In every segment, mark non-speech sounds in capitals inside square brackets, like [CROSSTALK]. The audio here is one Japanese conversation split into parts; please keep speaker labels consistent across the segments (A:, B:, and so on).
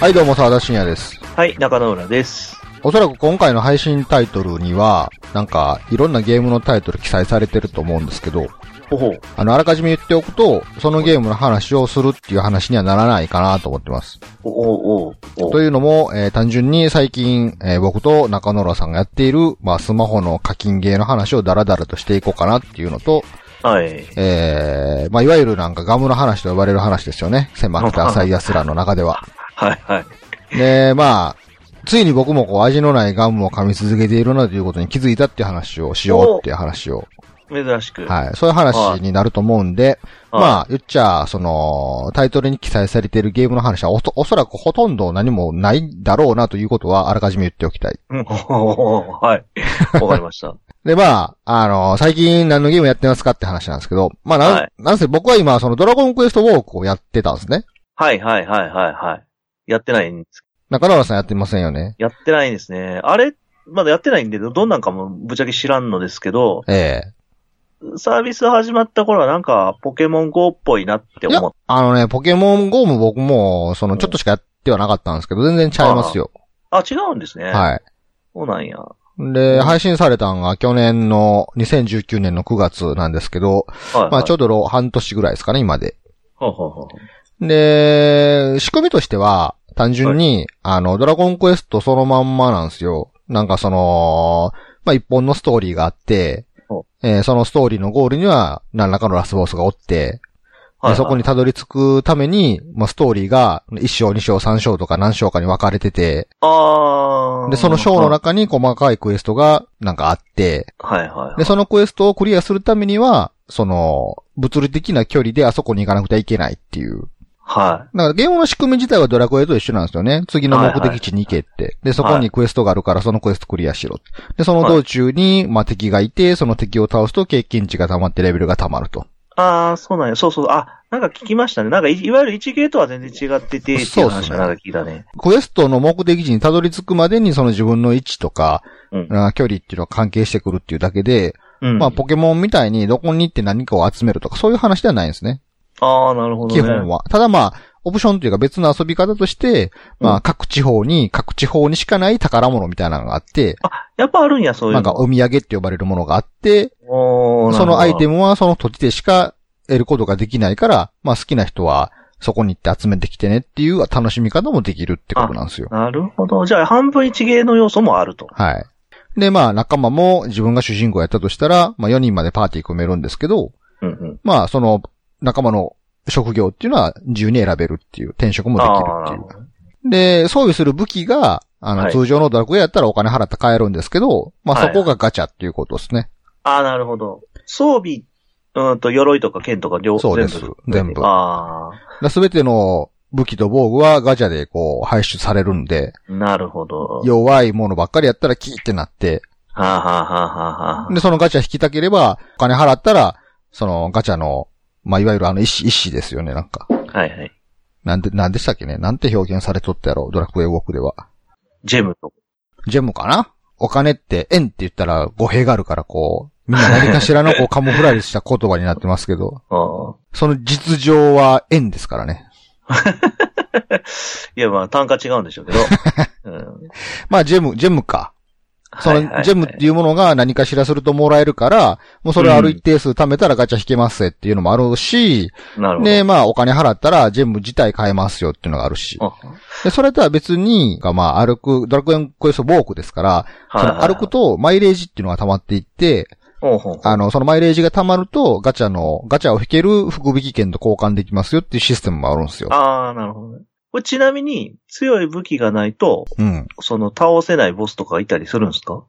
A: はい、どうも、沢田信也です。
B: はい、中野浦です。
A: おそらく今回の配信タイトルには、なんか、いろんなゲームのタイトル記載されてると思うんですけど、
B: ほほう。
A: あの、あらかじめ言っておくと、そのゲームの話をするっていう話にはならないかなと思ってます。
B: おおおお
A: というのも、えー単純に最近、えー僕と中野浦さんがやっている、まあ、スマホの課金ゲーの話をダラダラとしていこうかなっていうのと、
B: はい。
A: えーまあ、いわゆるなんかガムの話と呼ばれる話ですよね。狭くて浅い奴らの中では。
B: はい、はい。
A: で、まあ、ついに僕もこう味のないガムを噛み続けているなということに気づいたっていう話をしようっていう話を、
B: 珍しく。
A: はい、そういう話になると思うんで、
B: はい
A: まあ、言っちゃ、その、タイトルに記載されているゲームの話はおそおそらくほとんど何もないだろうなということはあらかじめ言っておきたい。
B: うん [LAUGHS] ほほほほはい。わかりました。 [LAUGHS]
A: で、まあ、あの、最近何のゲームやってますかって話なんですけど、まあ、なん、
B: はい
A: なんせ僕は今、そのドラゴンクエストウォークをやってたんですね。
B: はい、はい、はい、はい、はい。やってないんです。
A: 中野原さんやってませんよね。
B: やってないんですね。あれまだやってないんで、どんなんかもぶっちゃけ知らんのですけど、
A: ええ
B: サービス始まった頃はなんか、ポケモン GO っぽいなって
A: いや
B: 思っ、
A: あのね、ポケモン GO も僕も、その、ちょっとしかやってはなかったんですけど、全然ちゃいますよ。
B: あ、違うんですね。い。
A: は。
B: そうなんや。はい
A: で、配信されたのが去年の、2019年の9月なんですけど、
B: い、
A: まあちょ
B: ょっ
A: うどろ半年ぐらいですかね、今で。
B: と。ほうほうほう
A: で、仕組みとしては、単純に、あの、ドラゴンクエストそのまんまなんですよ。なんかその、まあ一本のストーリーがあって
B: ほ、
A: えーそのストーリーのゴールには何らかのラスボスがおって、
B: はいはい
A: でそこにたどり着くために、まあ、ストーリーが1章、2章、3章とか何章かに分かれてて、
B: あー。
A: で、その章の中に細かいクエストがなんかあって、
B: はい、はい、はい。
A: で、そのクエストをクリアするためには、その、物理的な距離であそこに行かなくてはいけないっていう。
B: は
A: だからゲームの仕組み自体はドラクエと一緒なんですよね。次の目的地に行けって。で、そこにクエストがあるからそのクエストクリアしろ。で、その道中に、まあ、敵がいて、その敵を倒すと経験値が溜まってレベルが溜まると。
B: い。あー、そうなんや。そうそう。あ、なんか聞きましたね。なんかい、いわゆる1ゲートは全然違ってて、っていう話がなんか聞いたね。
A: クエストの目的地にたどり着くまでにその自分の位置とか、
B: うん
A: あ距離っていうのは関係してくるっていうだけで、
B: うん。
A: まあポケモンみたいにどこに行って何かを集めるとかそういう話ではないんですね。
B: あー、なるほどね。
A: 基本は。ただまあ、オプションというか別の遊び方として、ま
B: う
A: あ各地方に、各地方にしかない宝物みたいなのがあって、
B: やっぱあるんや、そういう
A: な
B: の。
A: んかお土産って呼ばれるものがあって、
B: おーなるほど
A: そのアイテムはその土地でしか得ることができないから、まあ好きな人はそこに行って集めてきてねっていう楽しみ方もできるってことなんですよ。
B: なるほど。じゃあ、半分一芸の要素もあると。
A: はい。で、まあ、仲間も自分が主人公やったとしたら、まあ、4人までパーティー組めるんですけど、
B: うんうん。
A: まあ、その、仲間の職業っていうのは自由に選べるっていう、転職もで
B: あ
A: き
B: ー
A: るっていう。で、装備する武器が、あの、
B: はい
A: 通常のドラクエやったらお金払って買えるんですけど、まあ、
B: は
A: そ
B: い
A: こがガチャっていうことですね。
B: あー、なるほど。装備、うんと、鎧とか剣とか両
A: そうです全部
B: あ
A: すべての武器と防具はガチャでこう、排出されるんで、
B: ー、なるほど。
A: 弱いものばっかりやったらキーってなって、
B: はあ、はあはあはあは
A: で、そのガチャ引きたければ、お金払ったら、そのガチャの、まあ、いわゆるあの、石、石ですよね、なんか。
B: あ、はいはい。
A: なんで、なんでしたっけねなんて表現されとったやろドラクエウォークでは。
B: ジェムと。
A: ジェムかなお金って、円って言ったら語弊があるから、こう、みんな何かしらのこうカモフラージュした言葉になってますけど、
B: あ
A: その実情は円ですからね。
B: ーいや、まあ、単価違うんでし
A: [LAUGHS]
B: ょうけど。うん
A: まあ、ジェム、ジェムか。そ
B: はいはいは
A: の、
B: い
A: ジェムっていうものが何かしらするともらえるから、もうそれをある一定数貯めたらガチャ引けますぜっていうのもあるし、
B: なるほど。
A: で、まあ、お金払ったらジェム自体買えますよっていうのがあるし。
B: あ
A: で、それとは別に、がまあ、歩く、ドラクエンクエストウォークですから、その歩くと、マイレージっていうのが溜まっていって、
B: ほうほう
A: あの、そのマイレージが溜まると、ガチャの、ガチャを引ける福引き券と交換できますよっていうシステムもあるんですよ。
B: ああ、なるほどね。これちなみに、強い武器がないと、
A: うん。
B: その倒せないボスとかいたりするんですか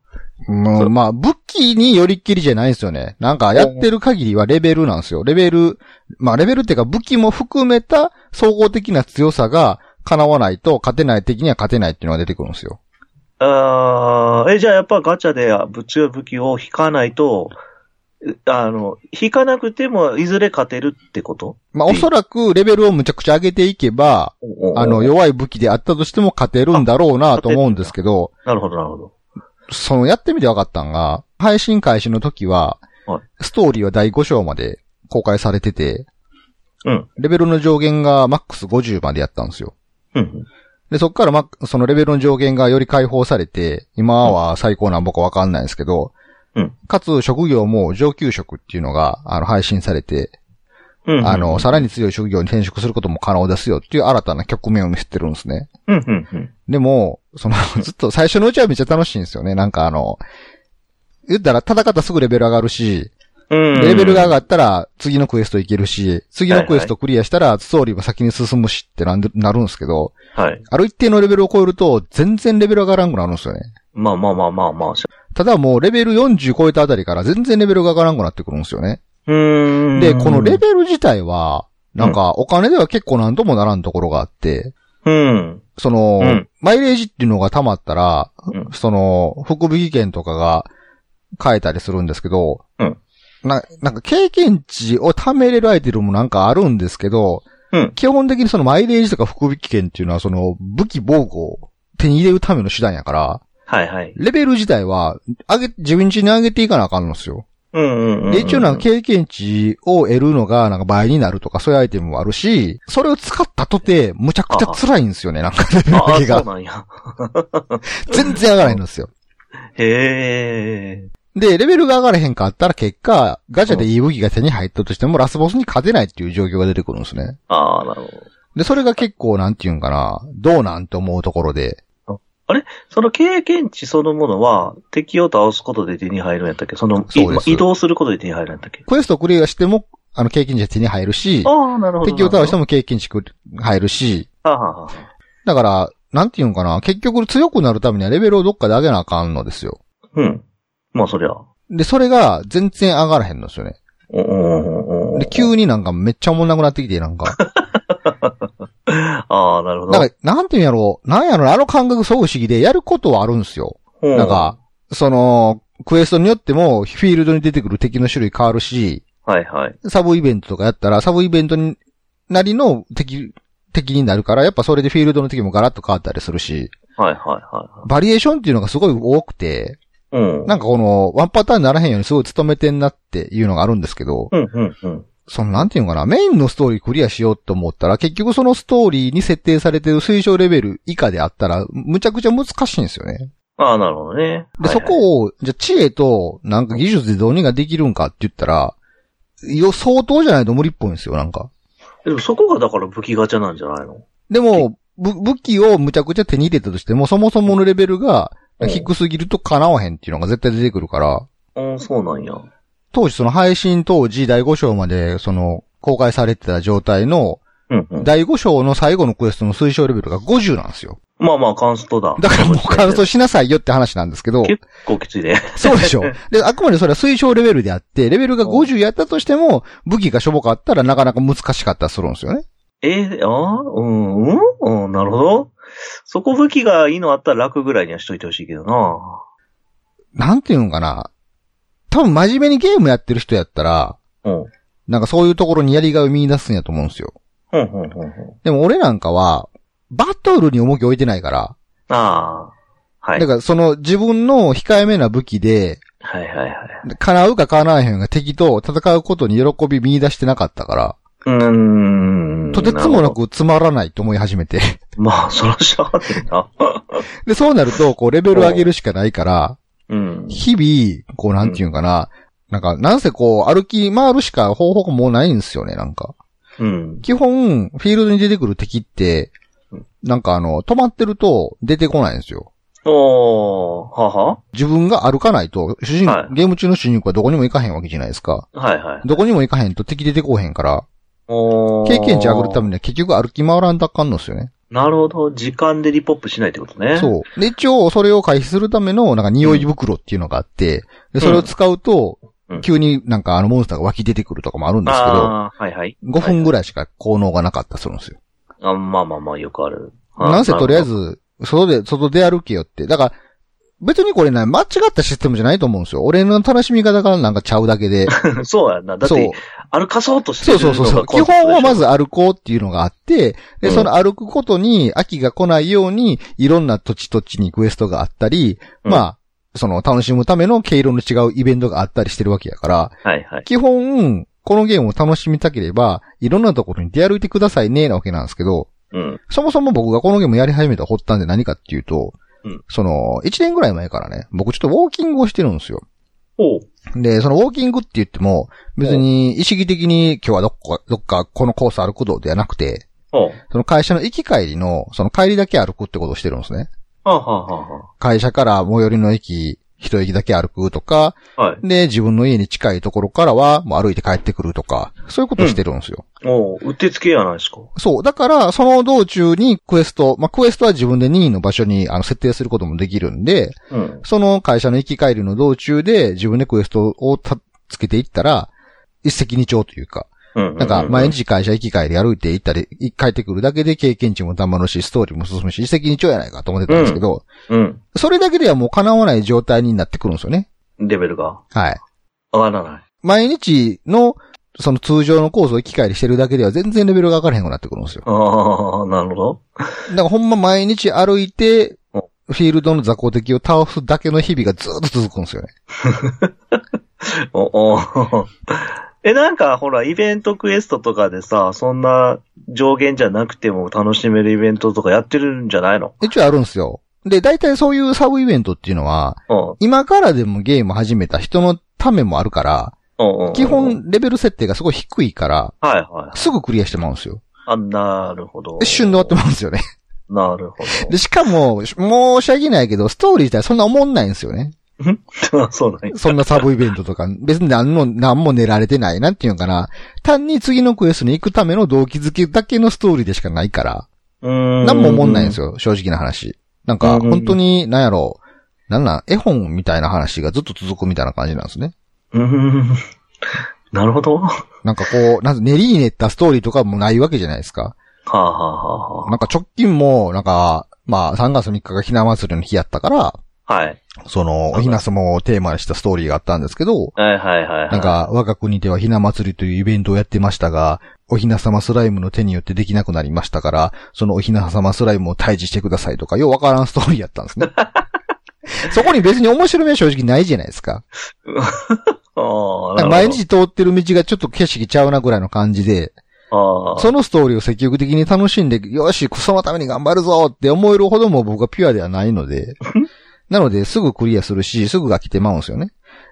A: うんまあ、武器によりっきりじゃないんですよね。なんか、やってる限りはレベルなんですよ。レベル、まあ、レベルっていうか、武器も含めた総合的な強さが、叶わないと、勝てない敵には勝てないっていうのが出てくるんですよ。
B: ああ、え、じゃあやっぱガチャで強い武器を引かないと、うあの、引かなくてもいずれ勝てるってこと
A: まあ、おそらく、レベルをむちゃくちゃ上げていけば、あの、、弱い武器であったとしても勝てるんだろうなと思うんですけど、
B: なるほど、なるほど。
A: そのやってみて分かったんが、配信開始の時は
B: はい、
A: ストーリーは第5章まで公開されてて、
B: うん
A: レベルの上限がマックス50までやったんですよ。
B: うん。
A: で、そっからま、そのレベルの上限がより解放されて、今は最高なんぼかわかんないんですけど、
B: うん
A: かつ、職業も上級職っていうのが、あの、配信されて、
B: うんうん。
A: あの、さらに強い職業に転職することも可能ですよっていう新たな局面を見せてるんですね。
B: うんうんうん。
A: でも、その、ずっと最初のうちはめっちゃ楽しいんですよね。なんかあの、言ったら戦ったらすぐレベル上がるし、
B: うん。
A: レベルが上がったら次のクエストいけるし、次のクエストクリアしたらストーリーも先に進むしってなんでなるんですけど、
B: はい。
A: ある一定のレベルを超えると全然レベル上がらんくなるんですよね。
B: まあまあまあまあまあ。
A: ただもうレベル40超えたあたりから全然レベルが上がらんくなってくるんですよね。
B: うーん。
A: で、このレベル自体は、なんかお金では結構なんともならんところがあって、
B: うん。
A: その、
B: うん
A: マイレージっていうのが溜まったら、
B: うん
A: その、福引券とかが変えたりするんですけど、
B: うん
A: な、なんか経験値を貯めれるアイテムもなんかあるんですけど、
B: うん
A: 基本的にそのマイレージとか福引券っていうのはその武器防具を手に入れるための手段やから、
B: はいはい。
A: レベル自体は上げ、自分家に上げていかなあかんのですよ。
B: うんうんうんうん。
A: で、一応なんか経験値を得るのがなんか倍になるとかそういうアイテムもあるし、それを使ったとて、むちゃくちゃ辛いんですよね、なんか [LAUGHS] レベル
B: あ
A: 上
B: あ、
A: げが
B: そう。なんや。
A: 全然上がらへんのですよ。
B: へえ。
A: で、レベルが上がらへんかったら結果、ガチャでいい武器が手に入ったとしても、ラスボスに勝てないっていう状況が出てくるんですね。
B: ああ、なるほど。
A: で、それが結構、なんていうんかな、どうなんて思うところで、
B: その経験値そのものは、敵を倒すことで手に入るんやったっけその、い
A: そうです
B: 移動することで手に入るんやったっけ
A: クエストクリアしても、あの、経験値が手に入るし、
B: ああ、なるほど。
A: 敵を倒して
B: も。
A: も経験値く入るし、
B: はあはあはあ
A: だから、なんていうんかな、結局強くなるためにはレベルをどっかで上げなあかんのですよ。
B: うん。まあ、そりゃ。お
A: で、それが全然上がらへんのですよね。
B: おおお
A: で、急になんかめっちゃおもんなくなってきて、なんか。
B: ああ、なるほど。
A: なんか、なんていうんやろう、なんやろな、あの感覚すごい不思議で、やることはあるんですよ。
B: う
A: なん、か、その、クエストによっても、フィールドに出てくる敵の種類変わるし、
B: はいはい。
A: サブイベントとかやったら、サブイベントになりの敵、敵になるから、やっぱそれでフィールドの敵もガラッと変わったりするし、
B: はいはいは
A: バリエーションっていうのがすごい多くて、
B: い。うん。
A: なんかこの、ワンパターンにならへんようにすごい努めてんなっていうのがあるんですけど、
B: うんうんうん。
A: そのなんていうのかな、メインのストーリークリアしようと思ったら、結局そのストーリーに設定されてる推奨レベル以下であったら、むちゃくちゃ難しいんですよね。
B: ああ、なるほどね。
A: で、そ
B: を、
A: こを、じゃあ知恵と、なんか技術でどうにかできるんかって言ったら、よ、相当じゃないと無理っぽいんですよ、なんか。
B: でもそこがだから武器ガチャなんじゃないの
A: でも、ぶ武器をむちゃくちゃ手に入れたとしても、そもそものレベルが
B: うん
A: 低すぎると叶わへんっていうのが絶対出てくるから、
B: うん、そうなんや。
A: 当時その配信当時第5章まで、その、公開されてた状態の、
B: うんうん。
A: 第5章の最後のクエストの推奨レベルが50なんですよ。
B: まあまあ、カンストだ。
A: だからもう完走しなさいよって話なんですけど、
B: 結構きついね。
A: そうで
B: [LAUGHS]
A: しょ。で、あくまでそれは推奨レベルであって、レベルが50やったとしても、武器がしょぼかったらなかなか難しかったりするんですよね。
B: えー、あーうん、うん、うん、なるほど。そこ武器がいいのあったら楽ぐらいにはしといてほしいけどな。
A: なんていうのかな。多分真面目にゲームやってる人やったら、
B: うん。うん、
A: なんかそういうところにやりがいを見出すんやと思うんですよ。
B: うん、うん、うん。
A: でも俺なんかは、バトルに重きを置いてないから、
B: ああ。はい。
A: だからその自分の控えめな武器で、
B: はい、はい、はい。
A: 叶うか叶わへんが敵と戦うことに喜び見出してなかったから、
B: うーん。
A: とてつも
B: る
A: な
B: ほ
A: くつまらないと思い始めて。 [LAUGHS]
B: ど。まあ、そらしゃあねんな。
A: で、そうなると、こうレベル上げるしかないから、
B: うん。
A: 日々、こうなんていうんかな、なんか、なんせこう、歩き回るしか方法もないんですよね、なんか。
B: うん。
A: 基本、フィールドに出てくる敵って
B: うん、
A: なんかあの、止まってると出てこないんですよ。
B: おー、はは
A: 自分が歩かないと、主人、
B: はい
A: ゲーム中の主人公はどこにも行かへんわけじゃないですか。
B: はい、はい。
A: どこにも行かへんと敵出てこうへんから、
B: おー
A: 経験値上げるためには結局歩き回らんだっかんのですよね。
B: なるほど。時間でリポップしないってことね。う。
A: そう。で、一応、それを回避するための、なんか匂い袋っていうのがあって、で、それを使うと
B: うん、
A: 急になんかあのモンスターが湧き出てくるとかもあるんですけど、
B: ああ、はいはい。
A: 5分ぐらいしか効能がなかったりするんですよ。
B: あまあまあまあ、よくある。あー
A: なんせとりあえ。ず、外で、外で歩けよって。だから、別にこれね、間違ったシステムじゃないと思うんですよ。俺の楽しみ方がなんかちゃうだけで。
B: なるほどそうやん [LAUGHS] な。だっ
A: そう
B: て、。歩かそうとして
A: そう
B: る
A: そ
B: の
A: うそうそう。
B: がコ
A: 基
B: ンセプトでしょ
A: 本はまず歩こうっていうのがあって、
B: う
A: で、
B: ん
A: その歩くことに飽きが来ないように、いろんな土地土地にクエストがあったり、
B: うん
A: まあ、その楽しむための毛色の違うイベントがあったりしてるわけやから、
B: はいはい。
A: 基本、このゲームを楽しみたければ、いろんなところに出歩いてくださいね、なわけなんですけど、
B: うん。
A: そもそも僕がこのゲームやり始めた発端で何かっていうと、
B: うん
A: その、1年ぐらい前からね、僕ちょっとウォーキングをしてるんですよ。
B: おう。
A: で、そのウォーキングって言っても、別に意識的に今日はどっか、どっかこのコース歩くのではなくて、
B: おう。
A: その会社の行き帰りの、その帰りだけ歩くってことをしてるんですね。
B: はあ、はあは
A: 会社から最寄りの駅、一駅だけ歩くとか、
B: あはあ、はい。
A: で、自分の家に近いところからは、もう歩いて帰ってくるとか、そういうことをしてるんですよ。
B: おう、うってつけやないですか。
A: そう。だから、その道中にクエスト、まあ、クエストは自分で任意の場所にあの設定することもできるんで、
B: うん。
A: その会社の行き帰りの道中で自分でクエストをたつけていったら、一石二鳥というか、
B: うん。
A: なんか
B: う
A: 毎。日会社行き帰り歩いて行ったり、い帰ってくるだけで経験値もたまるし、ストーリーも進むし、一石二鳥やないかと思ってたんですけど、
B: うん。
A: それだけではもう叶わない状態になってくるんですよね。
B: レベルが
A: はい。
B: 上がらない。
A: 毎日の、その通常のコースを行き帰りしてるだけでは全然レベルが上がらへんくなってくるんですよ。
B: ああ、なるほど。
A: だからほんま毎日歩いて、
B: うん
A: フィールドの雑魚敵を倒すだけの日々がずっと続くんですよね。
B: お、おえ、なんかほら、イベントクエストとかでさ、そんな上限じゃなくても楽しめるイベントとかやってるんじゃないの
A: 一応あるんですよ。で、大体そういうサブイベントっていうのは、
B: うん
A: 今からでもゲーム始めた人のためもあるから、
B: うんうんうん。
A: 基本レベル設定がすごい低いから、
B: はいはい。
A: すぐクリアしてまうんですよ。
B: あ、なるほど。
A: 一瞬で終わって
B: も
A: まうんですよね。
B: なるほ
A: で、しかも、申し訳ないけど、ストーリー自体そんな思んないんですよね。
B: ど。 [LAUGHS] そうなんや
A: そんなサブイベントとか、 [LAUGHS] 別に何の、何も練られてない、なんていうのかな。単に次のクエストに行くための動機づけだけのストーリーでしかないから。
B: うーん。
A: なんも思んないんです
B: よ。
A: よ、正直な話。なん
B: う
A: か、
B: んうんうん
A: 本当に、なんやろう、なんなん、絵本みたいな話がずっと続くみたいな感じなんですね。
B: うーん。 [LAUGHS] なるほど。は
A: なんかこう、なん練りに練ったストーリーとかもないわけじゃないですか。
B: あ、はあはあは
A: なんか直近も、なんか、まあ、3月3日がひな祭りの日やったから、
B: あ、はい。
A: その、おひな様をテーマにしたストーリーがあったんですけど、
B: はいはいはいはい。
A: なんか、我が国ではひな祭りというイベントをやってましたが、おひな様スライムの手によってできなくなりましたから、そのおひな様スライムを退治してくださいとか、ようわからんストーリーやったんですね。そこに別に面白みは正直ないじゃないですか。なん
B: ああ、
A: か
B: なる
A: 毎日通ってる道がちょっと景色ちゃうなぐらいの感じで、
B: ほど。ああ。
A: そのストーリーを積極的に楽しんで、よし、そのために頑張るぞって思えるほども僕はピュアではないので、
B: [LAUGHS]
A: なので、すぐクリアするし、すぐが来てまうんですよね。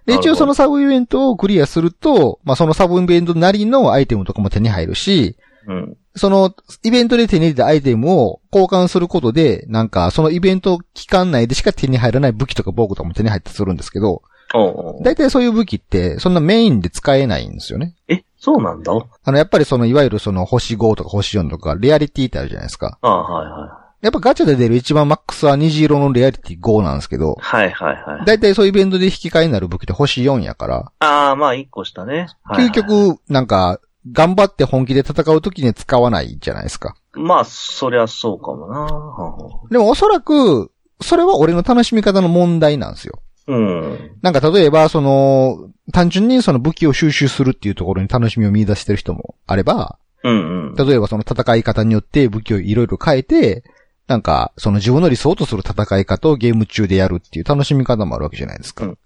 A: で、
B: なる
A: 一
B: ほど
A: 応そのサブイベントをクリアすると、まあ、そのサブイベントなりのアイテムとかも手に入るし、
B: うん。
A: そのイベントで手に入れたアイテムを交換することで、なんかそのイベント期間内でしか手に入らない武器とか防具とかも手に入ったりするんですけど、
B: おうおう
A: 大体そういう武器ってそんなメインで使えないんですよね。
B: え、そうなんだ
A: あの、やっぱりその、いわゆるその、星5とか星4とか、レアリティってあるじゃないですか。
B: ああ、はいは
A: やっぱガチャで出る一番マックスは虹色のレアリティ5なんですけど、
B: い。はいはいはい。
A: だいたいそういうイベントで引き換えになる武器って星4やから、
B: ああ、まあ、一個したね。はいはい
A: 究。極、なんか、頑張って本気で戦う時には使わないじゃないですか。
B: まあ、そりゃそうかもな。
A: でもおそらく、それは俺の楽しみ方の問題なんですよ。
B: うん。
A: なんか例えば、その、単純にその武器を収集するっていうところに楽しみを見出してる人もあれば、
B: うんうん。
A: 例えばその戦い方によって武器をいろいろ変えて、なんか、その自分の理想とする戦い方をゲーム中でやるっていう楽しみ方もあるわけじゃないですか。
B: うん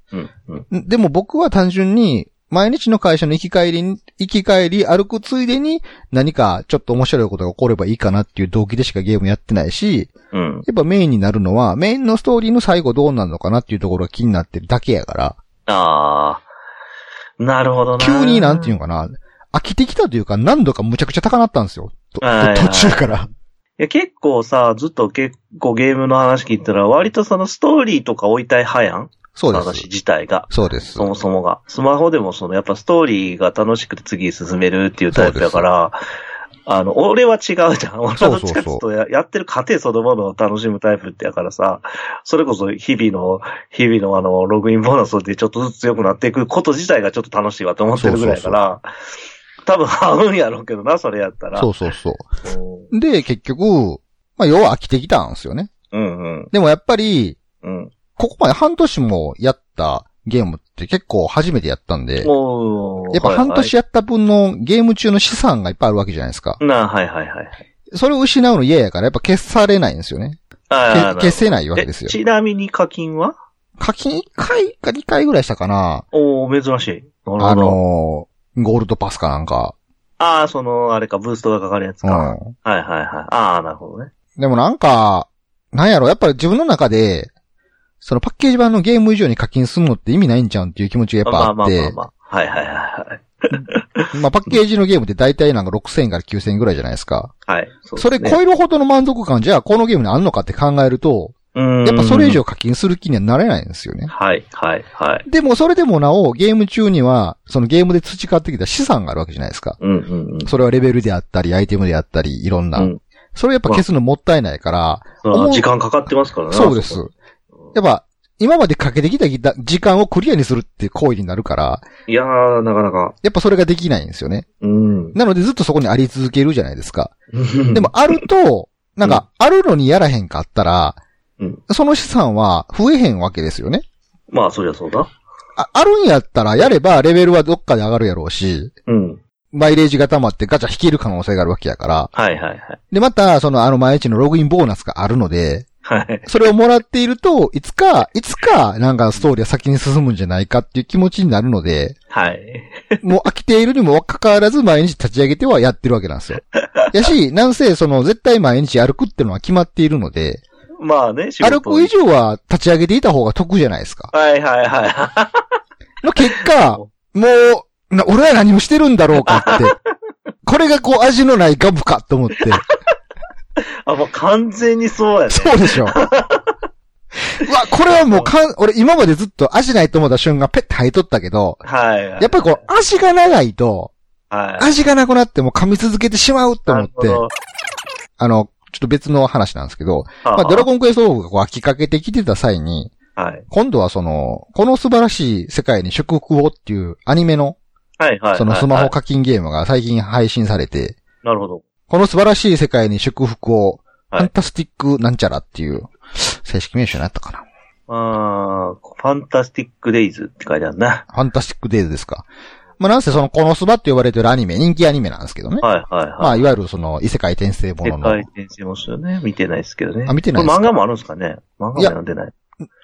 B: うん。
A: んでも僕は単純に、毎日の会社の行き帰りに、行き帰り歩くついでに何かちょっと面白いことが起こればいいかなっていう動機でしかゲームやってないし、
B: うん。
A: やっぱメインになるのはメインのストーリーの最後どうなるのかなっていうところが気になってるだけやから、
B: ああ。なるほどな。
A: 急になんていうのかな、飽きてきたというか何度かむちゃくちゃ高なったんですよ。と
B: はいはい
A: 途中から。
B: いや、結構さ、ずっと結構ゲームの話聞いたら、割とそのストーリーとか追いたい派やん
A: そうで
B: 私
A: す。
B: 自体が。
A: そうです。
B: そもそもが。スマホでもその、やっぱストーリーが楽しくて次進めるっていうタイプだから、あの、俺は違うじゃん。俺はどっちかっていうとややってる過程そのものを楽しむタイプってやからさ、それこそ日々の、日々のあの、ログインボーナスでちょっとずつ強くなっていくこと自体がちょっと楽しいわと思ってるぐらいやから、多分合うんやろうけどな、それやったら。
A: そううそうそう。で、結局、まあ、要は飽きてきたんですよね。
B: んうん
A: でもやっぱり、
B: うん。
A: ここまで半年もやったゲームって結構初めてやったんで、
B: もう
A: やっぱ半年
B: や
A: やった分のゲーム中の資産がいっぱいあるわけじゃないですか。
B: なあ、はいはいはい。
A: それを失うの嫌やから、やっぱ消されないんですよね。け
B: ああ
A: 消せないわけです
B: え
A: よ。
B: ちなみに課金は
A: 課金1回か2回ぐらいしたかな
B: おー、珍しい。なるほど。
A: あのー、ゴールドパスかなんか。
B: ああ、その、あれか、ブーストがかかるやつ
A: うん。
B: か。はいはいはい。ああ、なるほどね。
A: でもなんか、なんやろ、やっぱ自分の中で、そのパッケージ版のゲーム以上に課金するのって意味ないんじゃうんっていう気持ちがやっ
B: まあ
A: ぱ
B: ま
A: あっ
B: あま
A: て
B: あ、まあ。はいはいはいはい。
A: まあパッケージのゲームって大体なんか6000円から9000円ぐらいじゃないですか。
B: はい。う
A: それ超えるほどの満足感じゃあこのゲームにあんのかって考えると、や
B: や
A: っぱそれ以。上課金する気にはなれないんですよね。
B: はいはいはい。
A: でもそれでもなおゲーム中には、そのゲームで培ってきた資産があるわけじゃないですか。
B: うんうんうん。
A: それはレベルであったり、アイテムであったり、いろんな。
B: うん
A: それやっぱ消すのもったいないから、
B: そ
A: 思
B: の
A: う
B: 時間かかってますからね。
A: そうです。やっぱ、今までかけてきたぎた時間をクリアにするって行為になるから、
B: いやー、なかなか。
A: やっぱそれができないんですよね。
B: うん。
A: なのでずっとそこにあり続けるじゃないですか。 [LAUGHS] で
B: で、
A: もある
B: [LAUGHS]
A: と、なんか、あるのにやらへんかったら
B: うん、
A: その資産は増えへんわけですよね。
B: まあ、そりゃそうだ。
A: ああるんやったら、やればレベルはどっかで上がるやろうし、
B: うん。
A: マイレージが溜まってガチャ引ける可能性があるわけやから。
B: はいはいはい。
A: で、また、その、あの、毎日のログインボーナスがあるので、
B: はい。
A: それをもらっていると、いつか、いつか、なんかストーリーは先に進むんじゃないかっていう気持ちになるので、
B: はい。
A: もう飽きているにもかかわらず毎日立ち上げてはやってるわけなん
B: [LAUGHS]
A: ですよ。やし、なんせ、その、絶対毎日歩くっていうのは決まっているので、
B: まあね、仕
A: 歩
B: 事
A: く以上は立ち上げていた方が得じゃないですか。
B: はいはい [LAUGHS] は
A: の結
B: [LAUGHS]
A: 果、もう、な俺は何をしてるんだろうかって。これがこう味のないガムかと思
B: [LAUGHS]
A: って。
B: い。あ、もう完全にそうやね。
A: そうでしょ。うわ、これはもうかん、俺今までずっと味ないと思った瞬間ペッて吐いとったけど、
B: はい。
A: や
B: や
A: っぱりこう味が長いと、
B: はい。
A: 味がなくなっても噛み続けてしまう [LAUGHS] と思っ
B: なるほ
A: て、
B: ど
A: あの、ちょっと別の話なんですけど、まあドラゴンクエストオーブがこう飽きかけてきてた際に、
B: はい
A: 今度はその、この素晴らしい世界に祝福をっていうアニメの
B: はいはい。
A: そのスマホ
B: か。
A: 課金ゲームが最近配信されて、
B: なるほど。
A: この素晴らしい世界に祝福を、フ
B: はい
A: ァンタスティックなんちゃらっていう、正式名称になったかな。
B: あーファンタスティックデイズって書いてあるな。
A: ファンタスティックデイズですか。まあなんせその、このスバって呼ばれてるアニメ、人気アニメなんですけどね。
B: はいはい
A: ま
B: は
A: あいわゆるその、異世界転生も
B: い。
A: の
B: 世界
A: の。
B: 転生もするね。見てないですけどね。
A: あ見てない
B: こ
A: です
B: れ
A: か
B: 漫画もあるんですかね漫画も
A: いや
B: 読んでない。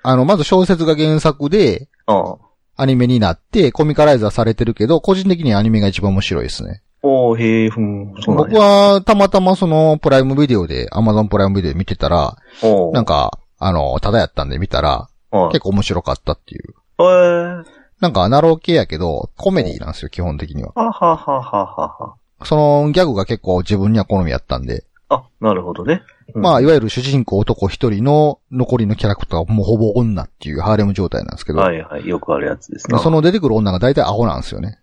A: あの、まず小説が原作で、
B: うん。
A: アニメになって、コミカライズはされてるけど、個人的にはアニメが一番面白いですね。
B: おー、へー、ふん。そうなん
A: 僕
B: や。
A: は、たまたまその、プライムビデオで、アマゾンプライムビデオで見てたら、
B: おー
A: なんか、あの、ただやったんで見たら、
B: はい
A: 結構面白かったっていう。
B: えー、
A: なんかアナロー系やけど、コメディなんですよ、基本的には。
B: はははははは。
A: そのギャグが結構自分には好みやったんで、
B: あ、なるほどね。うん
A: まあ、いわゆる主人公男一人の残りのキャラクターはもうほぼ女っていうハーレム状態なんですけど、
B: はいはい。よくあるやつですね。
A: その出てくる女が大体アホなんですよ
B: [LAUGHS]
A: ね。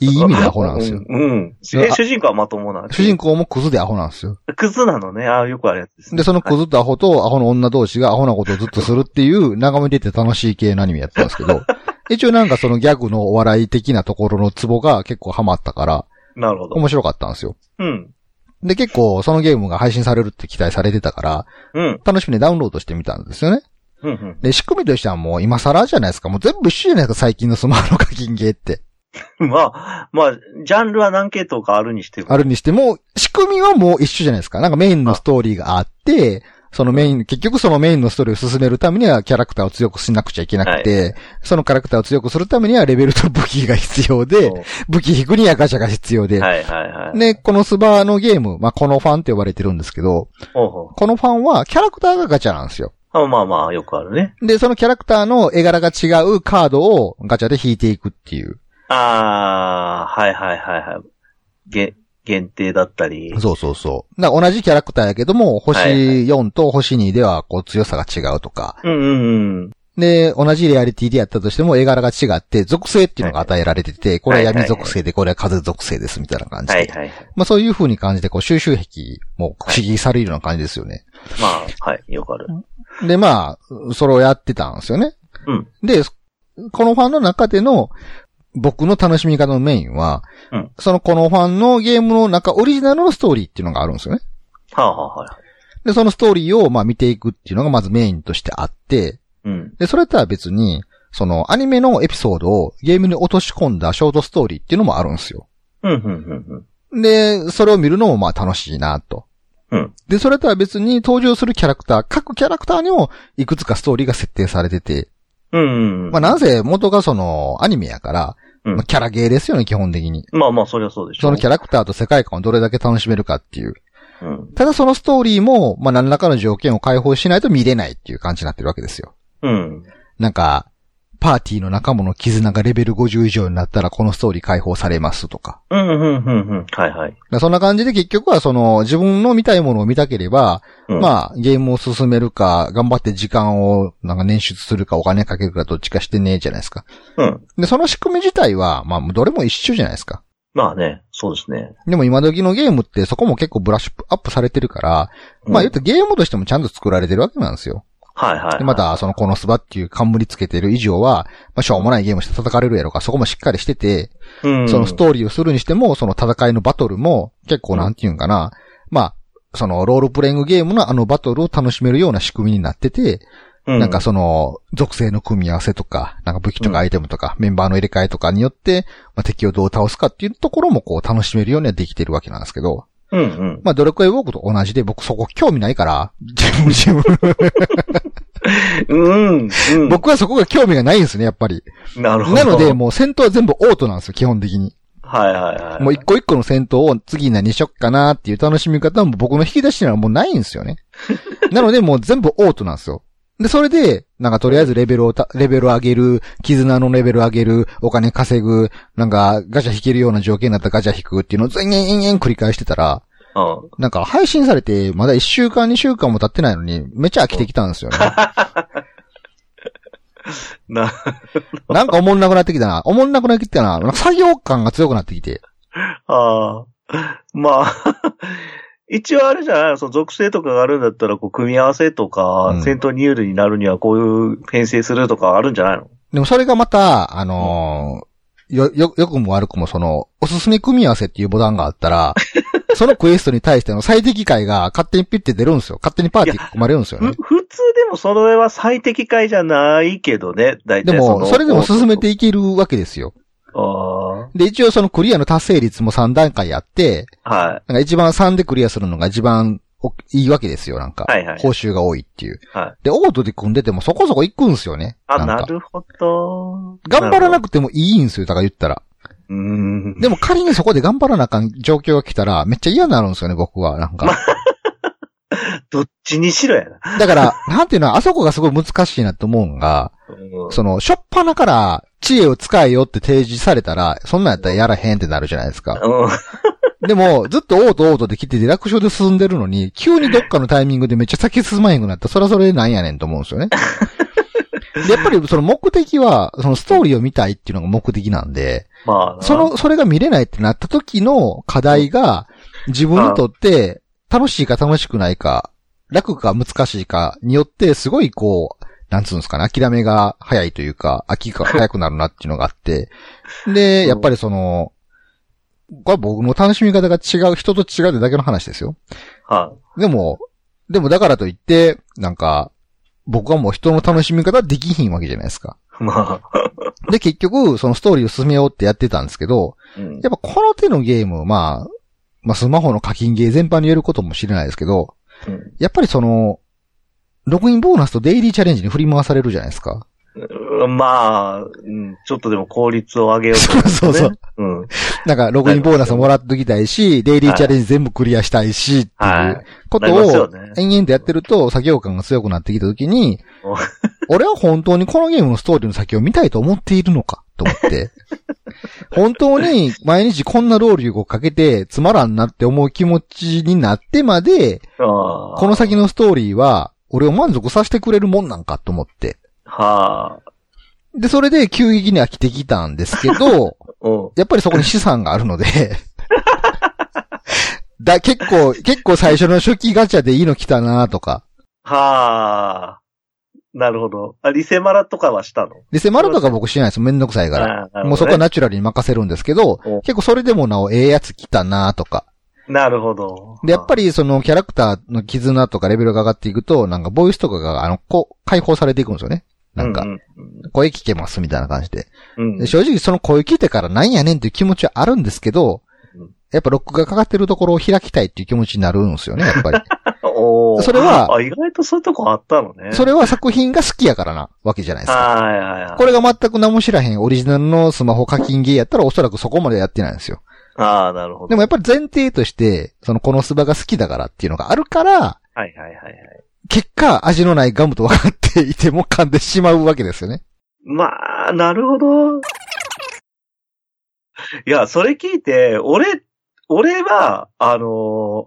A: いい意味でアホなんですよ。
B: うん。うん
A: い
B: え、
A: や
B: 主人公はまともな。
A: 主人公もクズでアホなんですよ。
B: クズなのね。ああ、よくあるやつですね。
A: で、そのクズとアホとアホの女同士がアホなことをずっとするっていう眺めてて楽しい系のアニメやったんですけど、一応なんかそのギャグのお笑い的なところのツボが結構ハマったから、
B: なるほど。
A: 面白かったんですよ。
B: うん。
A: で、結構そのゲームが配信されるって期待されてたから、
B: うん。
A: 楽しみにダウンロードしてみたんですよね。
B: うん。うん。
A: で、仕組みとしてはもう今更じゃないですか。もう全部一緒じゃないですか、最近のスマホの課金ゲーって。
B: [LAUGHS] まあ、まあ、ジャンルは何系統かあるにしても。
A: あるにしても、仕組みはもう一緒じゃないですか。なんかメインのストーリーがあって、そのメイン、結局そのメインのストーリーを進めるためにはキャラクターを強くしなくちゃいけなくて、そのキャラクターを強くするためにはレベルと武器が必要で
B: そ、
A: 武器引くにはガチャが必要
B: う
A: で、
B: はいはいはい。
A: ね、このスバのゲーム、まあ、このファンって呼ばれてるんですけど、
B: ほうほう
A: このファンはキャラクターがガチャなんですよ。
B: あまあまあ、よくあるね。
A: で、そのキャラクターの絵柄が違うカードをガチャで引いていくっていう。
B: ああ、はいはいはいはい。げ、限定だったり。
A: そうそうそう。だから同じキャラクターやけども、星
B: はいはい
A: 4と星2ではこう強さが違うとか。
B: うんうんうん。
A: で、同じレアリティでやったとしても絵柄が違って、属性っていうのが与えられてて、これは闇属性で、これは風属性ですみたいな感じ
B: はい
A: で。
B: はいはい。
A: まあそういう風に感じて、こう収集癖も不思議されるような感じですよね。
B: まあ、はい、よくある。
A: で、まあ、それをやってたんですよね。
B: うん
A: で、このファンの中での僕の楽しみ方のメインは、
B: うん
A: そのこのファンのゲームの中オリジナルのストーリーっていうのがあるんですよね。
B: はあ、はあ、はい。
A: で、そのストーリーをまあ見ていくっていうのがまずメインとしてあって、
B: うん。
A: で、それとは別に、そのアニメのエピソードをゲームに落とし込んだショートストーリーっていうのもあるんですよ。
B: うん、うん、うん、
A: で、それを見るのもまあ楽しいなと。
B: うん
A: で、それとは別に登場するキャラクター、各キャラクターにもいくつかストーリーが設定されてて、
B: うん。うん。
A: まあ、なんせ元がその、アニメやから、
B: うん
A: まあ、キャラゲーですよね、基本的に。
B: まあまあ、そりゃそうでしょ。
A: そのキャ
B: ャ
A: ラクターと世界観をどれだけ楽しめるかっていう。
B: ラ。うん。
A: ただそのストーリーも、まあ、何らかの条件を解放しないと見れないっていう感じになってるわけですよ。
B: うん。
A: なんか、パーティーの仲間の絆がレベル50以上になったらこのストーリー解放されますとか。
B: うん、うん、うん、うん。はいはい。
A: だからそんな感じで結局はその自分の見たいものを見たければ、
B: うん、
A: まあゲームを進めるか、頑張って時間をなんか捻出するかお金かけるかどっちかしてねえじゃないですか。
B: うん。
A: で、その仕組み自体は、まあどれも一緒じゃないですか。
B: まあね、そうですね。
A: でも今時のゲームってそこも結構ブラッシュアップされてるから、まあ
B: う
A: 言
B: ん
A: うとゲームとしてもちゃんと作られてるわけなんですよ。
B: はいはい、はい。
A: で、また、そのコノスバっていう冠つけてる以上は、まあ、しょうもないゲームして叩かれるやろか、そこもしっかりしてて、
B: うん、
A: そのストーリーをするにしても、その戦いのバトルも、結構なんていうんかな、まあ、そのロールプレイングゲームのあのバトルを楽しめるような仕組みになってて、
B: うん、
A: なんかその属性の組み合わせとか、なんか武器とかアイテムとか、メンバーの入れ替えとかによって、まあ、敵をどう倒すかっていうところもこう楽しめるようにはできてるわけなんですけど、
B: うん、うん。
A: まあ、ドラクエウォークと同じで、僕そこ興味ない
B: [LAUGHS]
A: から、自分、自分、
B: うん、うん。
A: 僕はそこが興味がないんですね、やっぱり。
B: なるほど。
A: なので、、もう戦闘は全部オートなんですよ、基本的に。
B: はいはいはい。
A: もう一個一個の戦闘を次何しよっかなっていう楽しみ方も僕の引き出しにはもうないんです
B: [LAUGHS]
A: よね。なので、もう全部オートなんですよ。で、それで、なんかとりあえずレベルをた、レベル上げる、絆のレベル上げる、お金稼ぐ、なんかガチャ引けるような条件だったらガチャ引くっていうのを全員延々繰り返してたら、
B: うん。
A: なんか配信されてまだ1週間2週間も経ってないのに、めっちゃ飽きてきたんですよね。
B: [LAUGHS] な、
A: なんかおもんなくなってきたな。おもんなくなってきたな。なんか作業感が強くなってきて。
B: ああ。まあ、 [LAUGHS] 一応あれじゃないのその属性とかがあるんだったら、こう、組み合わせとか、
A: うん
B: 戦闘ニュールになるにはこういう編成するとかあるんじゃないの
A: でもそれがまた、あのーよ、よ、よくも悪くもその、おすすめ組み合わせっていうボタンがあった
B: [LAUGHS]
A: ら、そのクエストに対しての最適解が勝手にピッて出るんですよ。勝手にパーティー組まれるんですよね。
B: ふ普通でもそれは最適解じゃないけどね、大体
A: でも、
B: の
A: それでも進めていけるわけですよ。
B: あ
A: で、一応そのクリアの達成率も3段階あって、
B: あ。はい。
A: なんか一番3でクリアするのが一番おいいわけですよ、なんか。
B: はいはい
A: 報酬が多いっていう。
B: はい。
A: で、オートで組んでてもそこそこ行くんですよね。
B: あ、
A: んか
B: なるほど。
A: 頑張ら
B: な
A: な
B: る
A: くてもいいんですよ、だから言ったら。
B: ほど。うーん。
A: でも仮にそこで頑張らなあかん状況が来たら、めっちゃ嫌になるんですよね、僕は。なんか。
B: どっちにしろやな。
A: だから、なんていうのは、あそこがすごい難しいなと思うんが、
B: うん
A: その、しょっぱなから、知恵を使えよって提示されたら、そんなんやったらやらへんってなるじゃないですか。
B: うん。
A: でも、ずっとオートオートで来て、楽勝で進んでるのに、急にどっかのタイミングでめっちゃ先進まへんくなったら、それはそれでなんやねんと思うんですよね。で、やっぱりその目的は、そのストーリーを見たいっていうのが目的なんで、
B: まあな、
A: その、それが見れないってなった時の課題が、自分にとって、楽しいか楽しくないか、楽か難しいかによって、すごいこう、なんつうんですかね、諦めが早いというか、飽き
B: [LAUGHS]
A: が早くなるなっていうのがあって、で、
B: うん
A: やっぱりその、これは僕の楽しみ方が違う、人と違うってだけの話ですよ。
B: は
A: でも、でもだからといって、なんか、僕はもう人の楽しみ方はできひんわけじゃないですか。
B: い。まあ。
A: で、結局、そのストーリーを進めようってやってたんですけど、
B: うん
A: やっぱこの手のゲーム、まあ、まあスマホの課金ゲー全般に言えることもしれないですけど、
B: うん
A: やっぱりその、ログインボーナスとデイリーチャレンジに振り回されるじゃないですか。
B: うんまあ、うんちょっとでも効率を上げようと、ね。
A: [LAUGHS] そうそうそう。
B: うん。
A: なんか、ログインボーナスもらっときたいし、デイリーチャレンジ全部クリアしたいし、って
B: はいいう
A: こと
B: なりますよ
A: を、
B: ね
A: 延々とやってると作業感が強くなってきたときに、俺は本当にこのゲームのストーリーの先を見たいと思っているのか、と思
B: [LAUGHS]
A: って。本当に毎日こんな労力をかけてつまらんなって思う気持ちになってまで、
B: ああ
A: この先のストーリーは、俺を満足させてくれるもんなんかと思って。
B: はあ。
A: で、それで急激に飽きてきたんですけ
B: [LAUGHS]
A: ど、
B: うん。
A: やっぱりそこに資産があるので、 [LAUGHS] だ、結構、結構最初の初期ガチャでいいの来たなとか。
B: はあ。なるほど。あ、リセマラとかはしたの
A: で、迫るとか僕しないです。めんどくさいから。
B: ああなるほどね
A: もうそこはナチュラルに任せるんですけど
B: お、
A: 結構それでもなお、ええやつ来たなとか。
B: なるほど。
A: で、やっぱりそのキャラクターの絆とかレベルが上がっていくと、なんかボイスとかが、あの、こう、解放されていくんですよね。なん
B: う
A: か、
B: ん
A: 声聞けますみたいな感じで。
B: うん。うん
A: で正直その声聞いてからなんやねんっていう気持ちはあるんですけど
B: うん、 [LAUGHS]
A: やっぱロックがかかってるところを開きたいっていう気持ちになるんですよね、やっぱり。
B: おおー
A: それは
B: あ、意外とそういうとこあったのね。
A: それは作品が好きやからな、わけじゃないですか。
B: はいはいはい。
A: これが全く何も知らへんオリジナルのスマホ課金ゲーやったらおそらくそこまでやってないんですよ。
B: ああ、なるほど。
A: でもやっぱり前提として、そのこのスバが好きだからっていうのがあるから、
B: はいはいはいはい。
A: 結果味のないガムと分かっていても噛んでしまうわけですよね。
B: まあ、なるほど。いや、それ聞いて、俺、俺は、あのー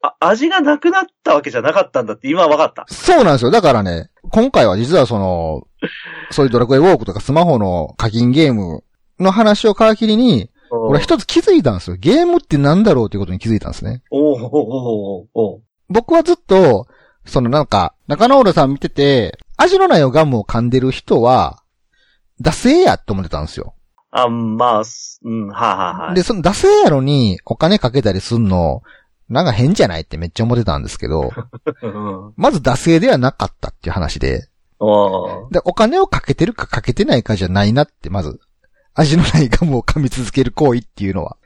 B: あ味がなくなったわけじゃなかったんだって今分かった。
A: そうなんですよ。だからね、今回は実はその、そういうドラクエウォークとかスマホの課金ゲームの話を皮切りに、俺一つ気づいたんですよ。ゲームってなんだろうっていうことに気づいたんですね。
B: おうおうおうおうおう
A: 僕はずっと、そのなんか、中野浦さん見てて、味のないガムを噛んでる人は、ダセーやって思ってたんですよ。
B: あ、まあ、すうん、はあ、はあ、はあ
A: で、そのダセーやのにお金かけたりすんの、なんか変じゃないってめっちゃ思ってたんですけど、
B: うん
A: まずダセーではなかったっていう話で、
B: おう
A: で、お金をかけてるかかけてないかじゃないなって、まず、味のないガムを噛み続ける行為っていうのは。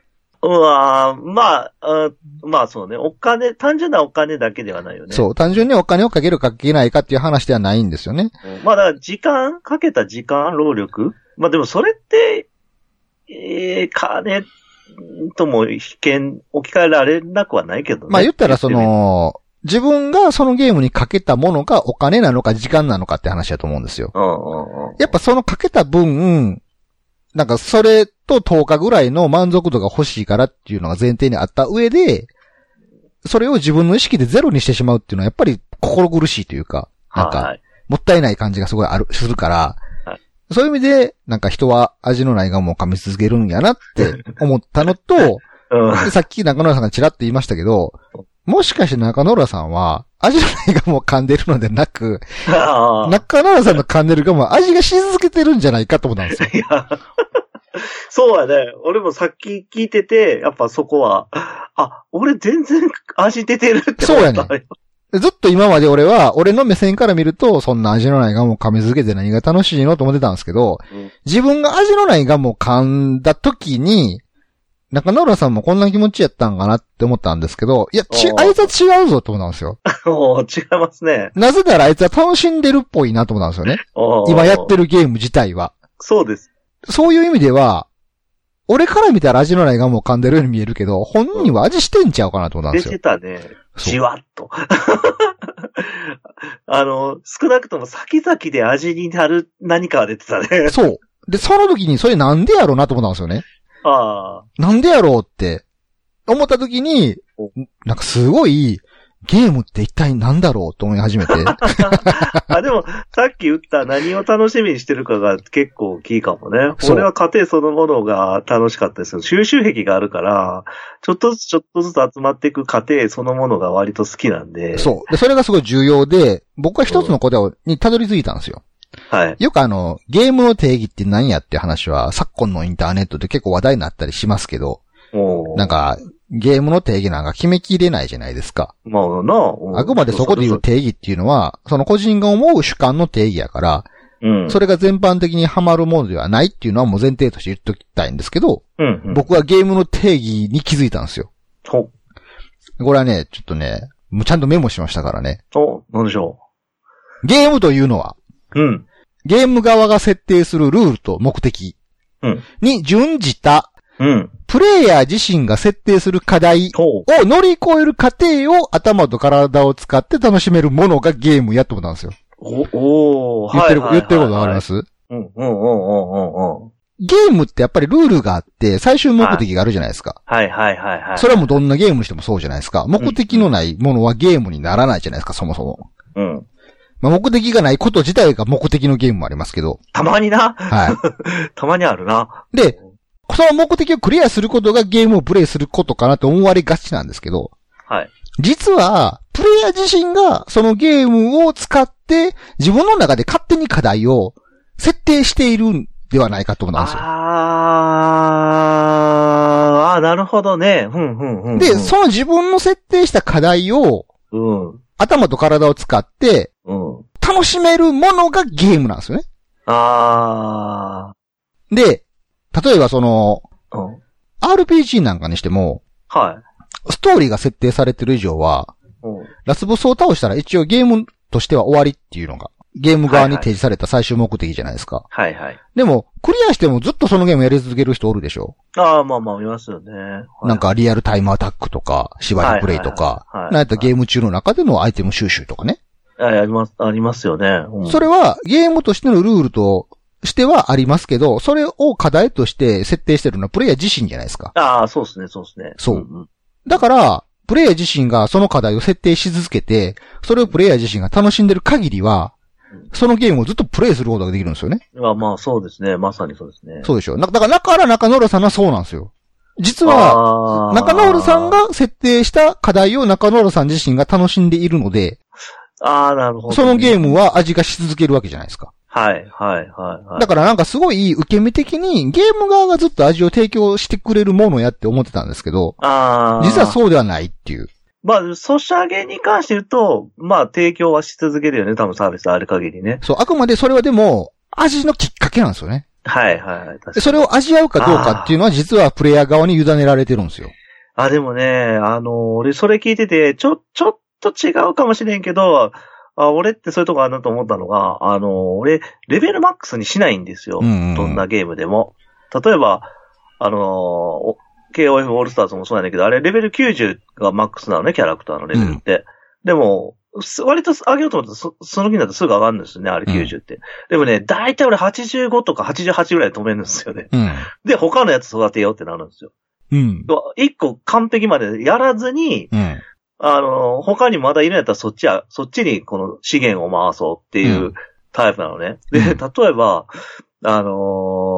B: うわーまあ、あまあそうね。お金、単純なお金だけではないよね。
A: そう、単純にお金をかけるかけないかっていう話ではないんですよね。
B: うん。まあだから時間、かけた時間、労力まあでもそれって、えー、金とも被験、置き換えられなくはないけどね。
A: まあ言ったらそ、の、自分がそのゲームにかけたものがお金なのか時間なのかって話だと思うんですよ。
B: うんうんうん。
A: やっぱそのかけた分、なんかそれと10日ぐらいの満足度が欲しいからっていうのが前提にあった上で、それを自分の意識でゼロにしてしまうっていうのはやっぱり心苦しいというか、なんか、
B: はい。
A: もったいない感じがすごいある、するから、
B: は
A: そういう意味で、なんか人は味のないガムを噛み続けるんやなって思ったのと、
B: うん。
A: でさっき中野浦さんがちらっと言いましたけど、もしかして中野浦さんは、味のないガムを噛んでるのでなく、
B: あー
A: 中野浦さんの噛んでるガムは味がし続けてるんじゃないかと思ったんですよ。
B: いや、そうだね。俺もさっき聞いてて、やっぱそこは、あ、俺全然味出てるって思った。
A: そうずっと今まで俺は、俺の目線から見ると、そんな味のないガムを噛み続けて何が楽しいのと思ってたんですけど、
B: うん
A: 自分が味のないガムを噛んだ時に、中野浦さんもこんな気持ちやったんかなって思ったんですけど、いや、ち、
B: おー
A: あいつは違うぞと思ったんですよ。
B: [LAUGHS] おー違いますね。
A: なぜならあいつは楽しんでるっぽいなと思ったんですよね。
B: おー
A: 今やってるゲーム自体は。
B: そうです。
A: そういう意味では、俺から見たら味のないガムを噛んでるように見えるけど、本人は味してんちゃうかなと思ったん
B: 出
A: ですよ
B: て。たね。
A: そう
B: じわっと。 [LAUGHS] あの、少なくとも先々で味になる何かは出てたね。 [LAUGHS]
A: そう。で、その時にそれなんでやろうなと思ったんですよね。
B: あ
A: なんでやろうって思った時に
B: お、
A: なんかすごい、ゲームって一体なんだろうと思い始め [LAUGHS] て。
B: あ。あ、でも、さっき言った何を楽しみにしてるかが結構大きいかもね。
A: そう
B: 俺は家庭そのものが楽しかったですよ。収集癖があるから、ちょっとずつちょっとずつ集まっていく家庭そのものが割と好きなんで。
A: そう。で、それがすごい重要で、僕は一つの答えにたどり着いたんですよ。
B: はい。
A: よくあの、ゲームの定義って何やって話は、昨今のインターネットで結構話題になったりしますけど、
B: もう。
A: なんか、ゲームの定義なんか決めきれないじゃないですか。
B: もうな、うん
A: あくまでそこで言う定義っていうのは、その個人が思う主観の定義やから、
B: うん。
A: それが全般的にはまるものではないっていうのはもう前提として言っときたいんですけど、
B: うん、うん。
A: 僕はゲームの定義に気づいたんですよ。
B: ほ、
A: これはね、ちょっとね、もうちゃんとメモしましたからね。
B: ほ、なんでしょ
A: ゲームというのは、
B: う。うん。
A: ゲーム側が設定するルールと目的
B: うん。
A: に準じた、
B: うん。
A: プレイヤー自身が設定する課題
B: ほう。
A: を乗り越える過程を頭と体を使って楽しめるものがゲームやってことなんですよ。
B: お、おー
A: 言ってる、言ってることわかりま
B: い。
A: す
B: うん、うん、うん、うん、うん、うん。
A: ゲームってやっぱりルールがあって、最終目的があるじゃないですか。
B: はい、はい、はい、はい。
A: それはもうどんなゲームにしてもそうじゃないですか。目的のないものはゲームにならないじゃないですか、そもそも。
B: うん。
A: まあ、目的がないこと自体が目的のゲームもありますけど。
B: たまにな。
A: は
B: たまにあるな。
A: い。で、その目的をクリアすることがゲームをプレイすることかなと思われがちなんですけど、
B: はい。
A: 実は、プレイヤー自身がそのゲームを使って、自分の中で勝手に課題を設定しているんではないかと思うんですよ。
B: あー、あー、なるほどね。うん、うん、うんうん。
A: で、その自分の設定した課題を
B: うん。
A: 頭と体を使って
B: うん。
A: 楽しめるものがゲームなんですよね。
B: あ
A: で、例えばその、
B: ー。うん。
A: RPG なんかにしても、
B: はい。
A: ストーリーが設定されてる以上は、
B: うん
A: ラスボスを倒したら一応ゲームとしては終わりっていうのが、ゲーム側に提示された最終目的じゃないですか。
B: はいはい。
A: でも、クリアしてもずっとそのゲームやり続ける人おるでしょ、
B: ああ、まあまあ、いますよね。はい
A: なん、かリアルタイムアタックとか、縛りプレイとか、
B: はいはいはいはい
A: なんやったらゲーム中の中でのアイテム収集とかね。
B: ああります、ありますよね。うん
A: それはゲームとしてのルールとしてはありますけど、それを課題として設定してるのはプレイヤー自身じゃないですか。
B: ああ、そうですね、そうですね。
A: そうん
B: ん
A: だから、プレイヤー自身がその課題を設定し続けて、それをプレイヤー自身が楽しんでる限りは、そのゲームをずっとプレイすることができるんですよね。
B: まあまあ、そうですね。まさにそうですね。
A: そうでしょ。なだから、だから中野さんはそうなんですよ。実は、
B: は
A: 中野さん、が設定した課題を中野さん自身が楽しんでいるので、
B: ああ、なるほど。
A: そのゲー
B: ム。
A: ムは味がし続けるわけじゃないですか。
B: はい、はい、はい。はい
A: だからなんかすごい受け身的にゲーム側がずっと味を提供してくれるものやって思ってたんですけど、
B: ああ。
A: 実はそうではないっていう。
B: まあ、ソシャゲに関して言うと、まあ、提供はし続けるよね。多分サービスある限りね。
A: そう、あくまでそれはでも、味のきっかけなんですよね。
B: はい、はい、はい。確か
A: で
B: に
A: それを味わうかどうかっていうのは実はプレイヤー側に委ねられてるんですよ。
B: あ、でもね、あの、俺それ聞いてて、ちょ、ちょっと違うかもしれんけど、あ俺ってそういうとこあるなと思ったのが、あの、俺、レベルマックスにしないんですよ。
A: うんうん
B: どんなゲームでも。例えば、あの、お KOF オールスターズもそうなんだけど、あれレベル90がマックスなのね、キャラクターのレベルって。でも、す割と上げようと思ったらそ、その気になってすぐ上がるんですよね、あれ90って。でもね、だいたい俺85とか88ぐらいで止めるんですよね。
A: うん。
B: で、他のやつ育てようってなるんですよ。
A: うん。
B: 一個完璧までやらずに、
A: うん。
B: あの、他にまだいるんやったらそっちや、そっちにこの資源を回そうっていううタイプなのね。
A: うん
B: で、例えば、あ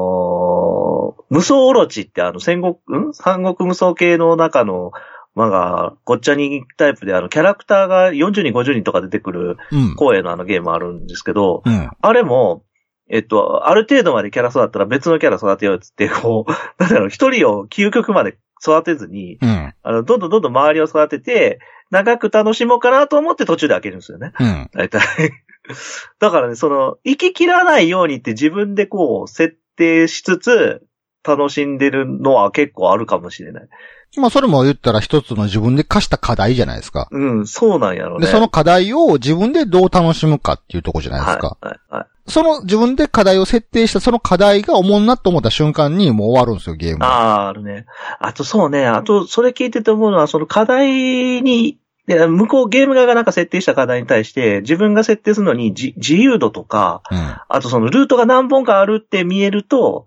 B: のー無双オロチってあの戦国、ん三国無双系の中の、まが、ごっちゃにタイプであの、キャラクターが40人、50人とか出てくる
A: うん。
B: 光栄のあのゲームあるんですけど、
A: うん。
B: あれも、えっと、ある程度までキャラ育ったら別のキャラ育てようっつって、こう、なんだろう、一人を究極まで育てずに、
A: うん。
B: あの、どんどんどんどん周りを育てて、長く楽しもうかなと思って途中で開けるんですよね。
A: うん。
B: 大体。 [LAUGHS] だからね、その、行き切らないようにって自分でこう、設定しつつ、楽しんでるのは結構あるかもしれない。
A: まあそれも言ったら一つの自分で課した課題じゃないですか。
B: うん、そうなんやろうね。
A: で、その課題を自分でどう楽しむかっていうとこじゃないですか。
B: はい、はい、はい。
A: その自分で課題を設定したその課題がおもんなと思った瞬間にもう終わるんですよ、ゲームは。
B: あーあるね。あとそうね、あと、それ聞いてて思うのは、その課題に、で向こう、ゲーム側がなんか設定した課題に対して、自分が設定するのにじ自由度とか、あとそのルートが何本かあるって見えると、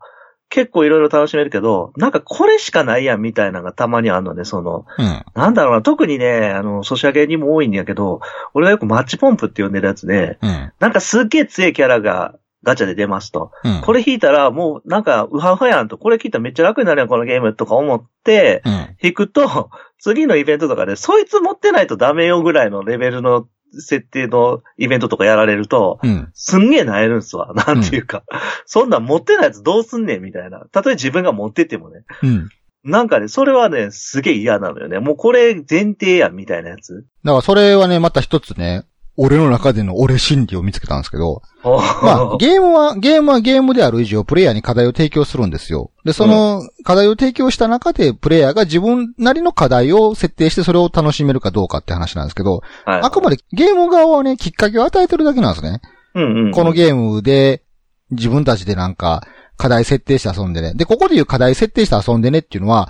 B: 結構いろいろ楽しめるけど、なんかこれしかないやんみたいなのがたまにあるのね、その、
A: うん。うん。
B: なんだろうな、特にね、あの、ソシャゲにも多いんやけど、俺がよくマッチポンプって呼んでるやつで、
A: うん。
B: なんかすっげえ強いキャラがガチャで出ますと。
A: うん。
B: これ引いたらもうなんかウハウハやんと、これ聞いたらめっちゃ楽になるやん、このゲームとか思って、
A: うん。
B: 引くと、次のイベントとかで、そいつ持ってないとダメよぐらいのレベルの設定のイベントとかやられると、
A: うん。
B: すんげえ萎えるんすわ。なんていうか。そんなん持ってないやつどうすんねんみたいな。たとえ自分が持っててもね。
A: うん。
B: なんかね、それはね、すげえ嫌なのよね。もうこれ前提やんみたいなやつ。
A: だからそれはね、また一つね、俺の中での俺心理を見つけたんですけど、
B: [LAUGHS] ま
A: まあ、ゲームは、ゲームはゲームである以上、プレイヤーに課題を提供するんですよ。で、その課題を提供した中で、プレイヤーが自分なりの課題を設定して、それを楽しめるかどうかって話なんですけど、
B: はい
A: あくまでゲーム側はね、きっかけを与えてるだけなんですね。
B: うんうん、
A: このゲームで、自分たちでなんか、課題設定して遊んでね。で、ここで言う課題設定して遊んでねっていうのは、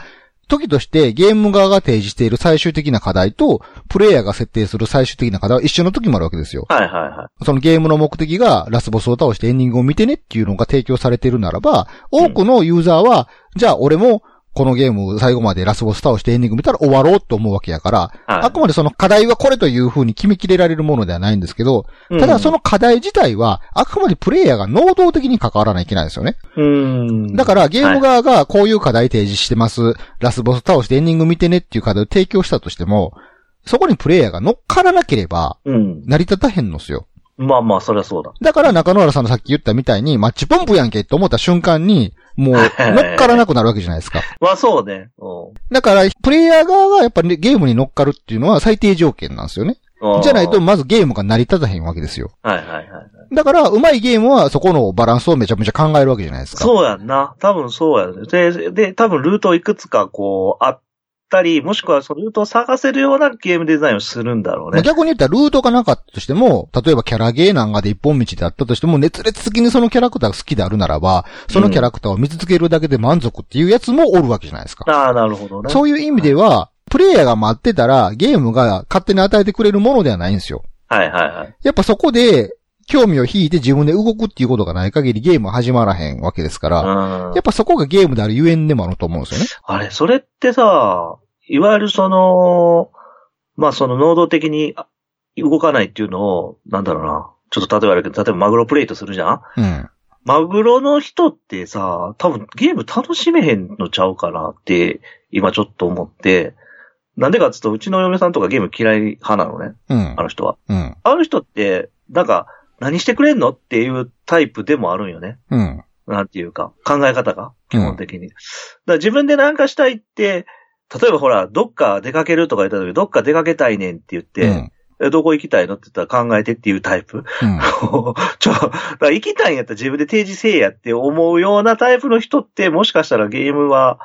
A: 時としてゲーム側が提示している最終的な課題と、プレイヤーが設定する最終的な課題は一緒の時もあるわけですよ。
B: はいはいは
A: そのゲームの目的がラスボスを倒してエンディングを見てねっていうのが提供されてるならば、多くのユーザーは、じゃあ俺もこのゲーム最後までラスボス倒してエンディング見たら終わろうと思うわけやから、
B: い。はい、
A: あくまでその課題はこれという風に決めきれられるものではないんですけど、ただそ
B: の、
A: の課題自体は、あくまでプレイヤーが能動的に関わらないといけないんですよね。
B: うん。
A: だからゲーム側がこういう課題提示してます。ラスボス倒してエンディング見てねっていう課題を提供したとしても、そこにプレイヤーが乗っからなければ、
B: ら、うん。
A: 成り立たへんのですよ。
B: まあまあ、そりゃそうだ。
A: だから中野原さんのさっき言ったみたいに、マッチポンプやんけって思った瞬間に、もう乗っからなくなるわけじゃないですか。
B: まあそうね。う
A: だから、プレイヤー側がやっぱりゲームに乗っかるっていうのは最低条件なんですよね。
B: ん。
A: じゃないと、。まずゲームが成り立たへんわけですよ。
B: はいはいはい。
A: だから、上手いゲームはそこのバランスをめちゃめちゃ考えるわけじゃないですか。
B: そうやんな。多分そうやね。で、で、多分ルートいくつかこう、あっったり、もしくはそのルートを探せるようなゲームデザインをするんだろう
A: まあ
B: ね。
A: 逆に言ったらルートがなかったとしても、例えばキャラゲーなんかで一本道であったとしても、熱烈的にそのキャラクターが好きであるならば、そのキャラクターを見続けるだけで満足っていうやつもおるわけじゃないですか。
B: ああ、なるほどね。
A: そういう意味では、プレイヤーが待ってたら、ゲームが勝手に与えてくれるものではないんですよ。
B: はいはいはい。
A: やっぱそこで、興味を引いて自分で動くっていうことがない限りゲームは始まらへんわけですから、
B: うん
A: やっぱそこがゲームであるゆえんでもあると思うんですよね。
B: あれ、それってさ、いわゆるその、まあその能動的にあ動かないっていうのを、なんだろうな。ちょっと例えばあるけど、例えばマグロプレイとするじゃん
A: うん。
B: マグロの人ってさ、多分ゲーム楽しめへんのちゃうかなって、今ちょっと思って、なんでかっつうと、うちの嫁さんとかゲーム嫌い派なのね、
A: うん
B: あ。の人は。
A: うん。
B: あの人って、なんか、何してくれんのっていうタイプでもあるんよね。
A: うん。
B: なんていうか、考え方が、基本的に。だから自分でなんかしたいって、例えばほら、どっか出かけるとか言った時に、どっか出かけたいねんって言っ
A: う
B: て、
A: ん。
B: えどこ行きたいのって言ったら考えてっていうタイプ。
A: うん。
B: [LAUGHS] ちょ、だから行きたいんやったら自分で提示せえやって思うようなタイプの人って、もしかしたらゲームは、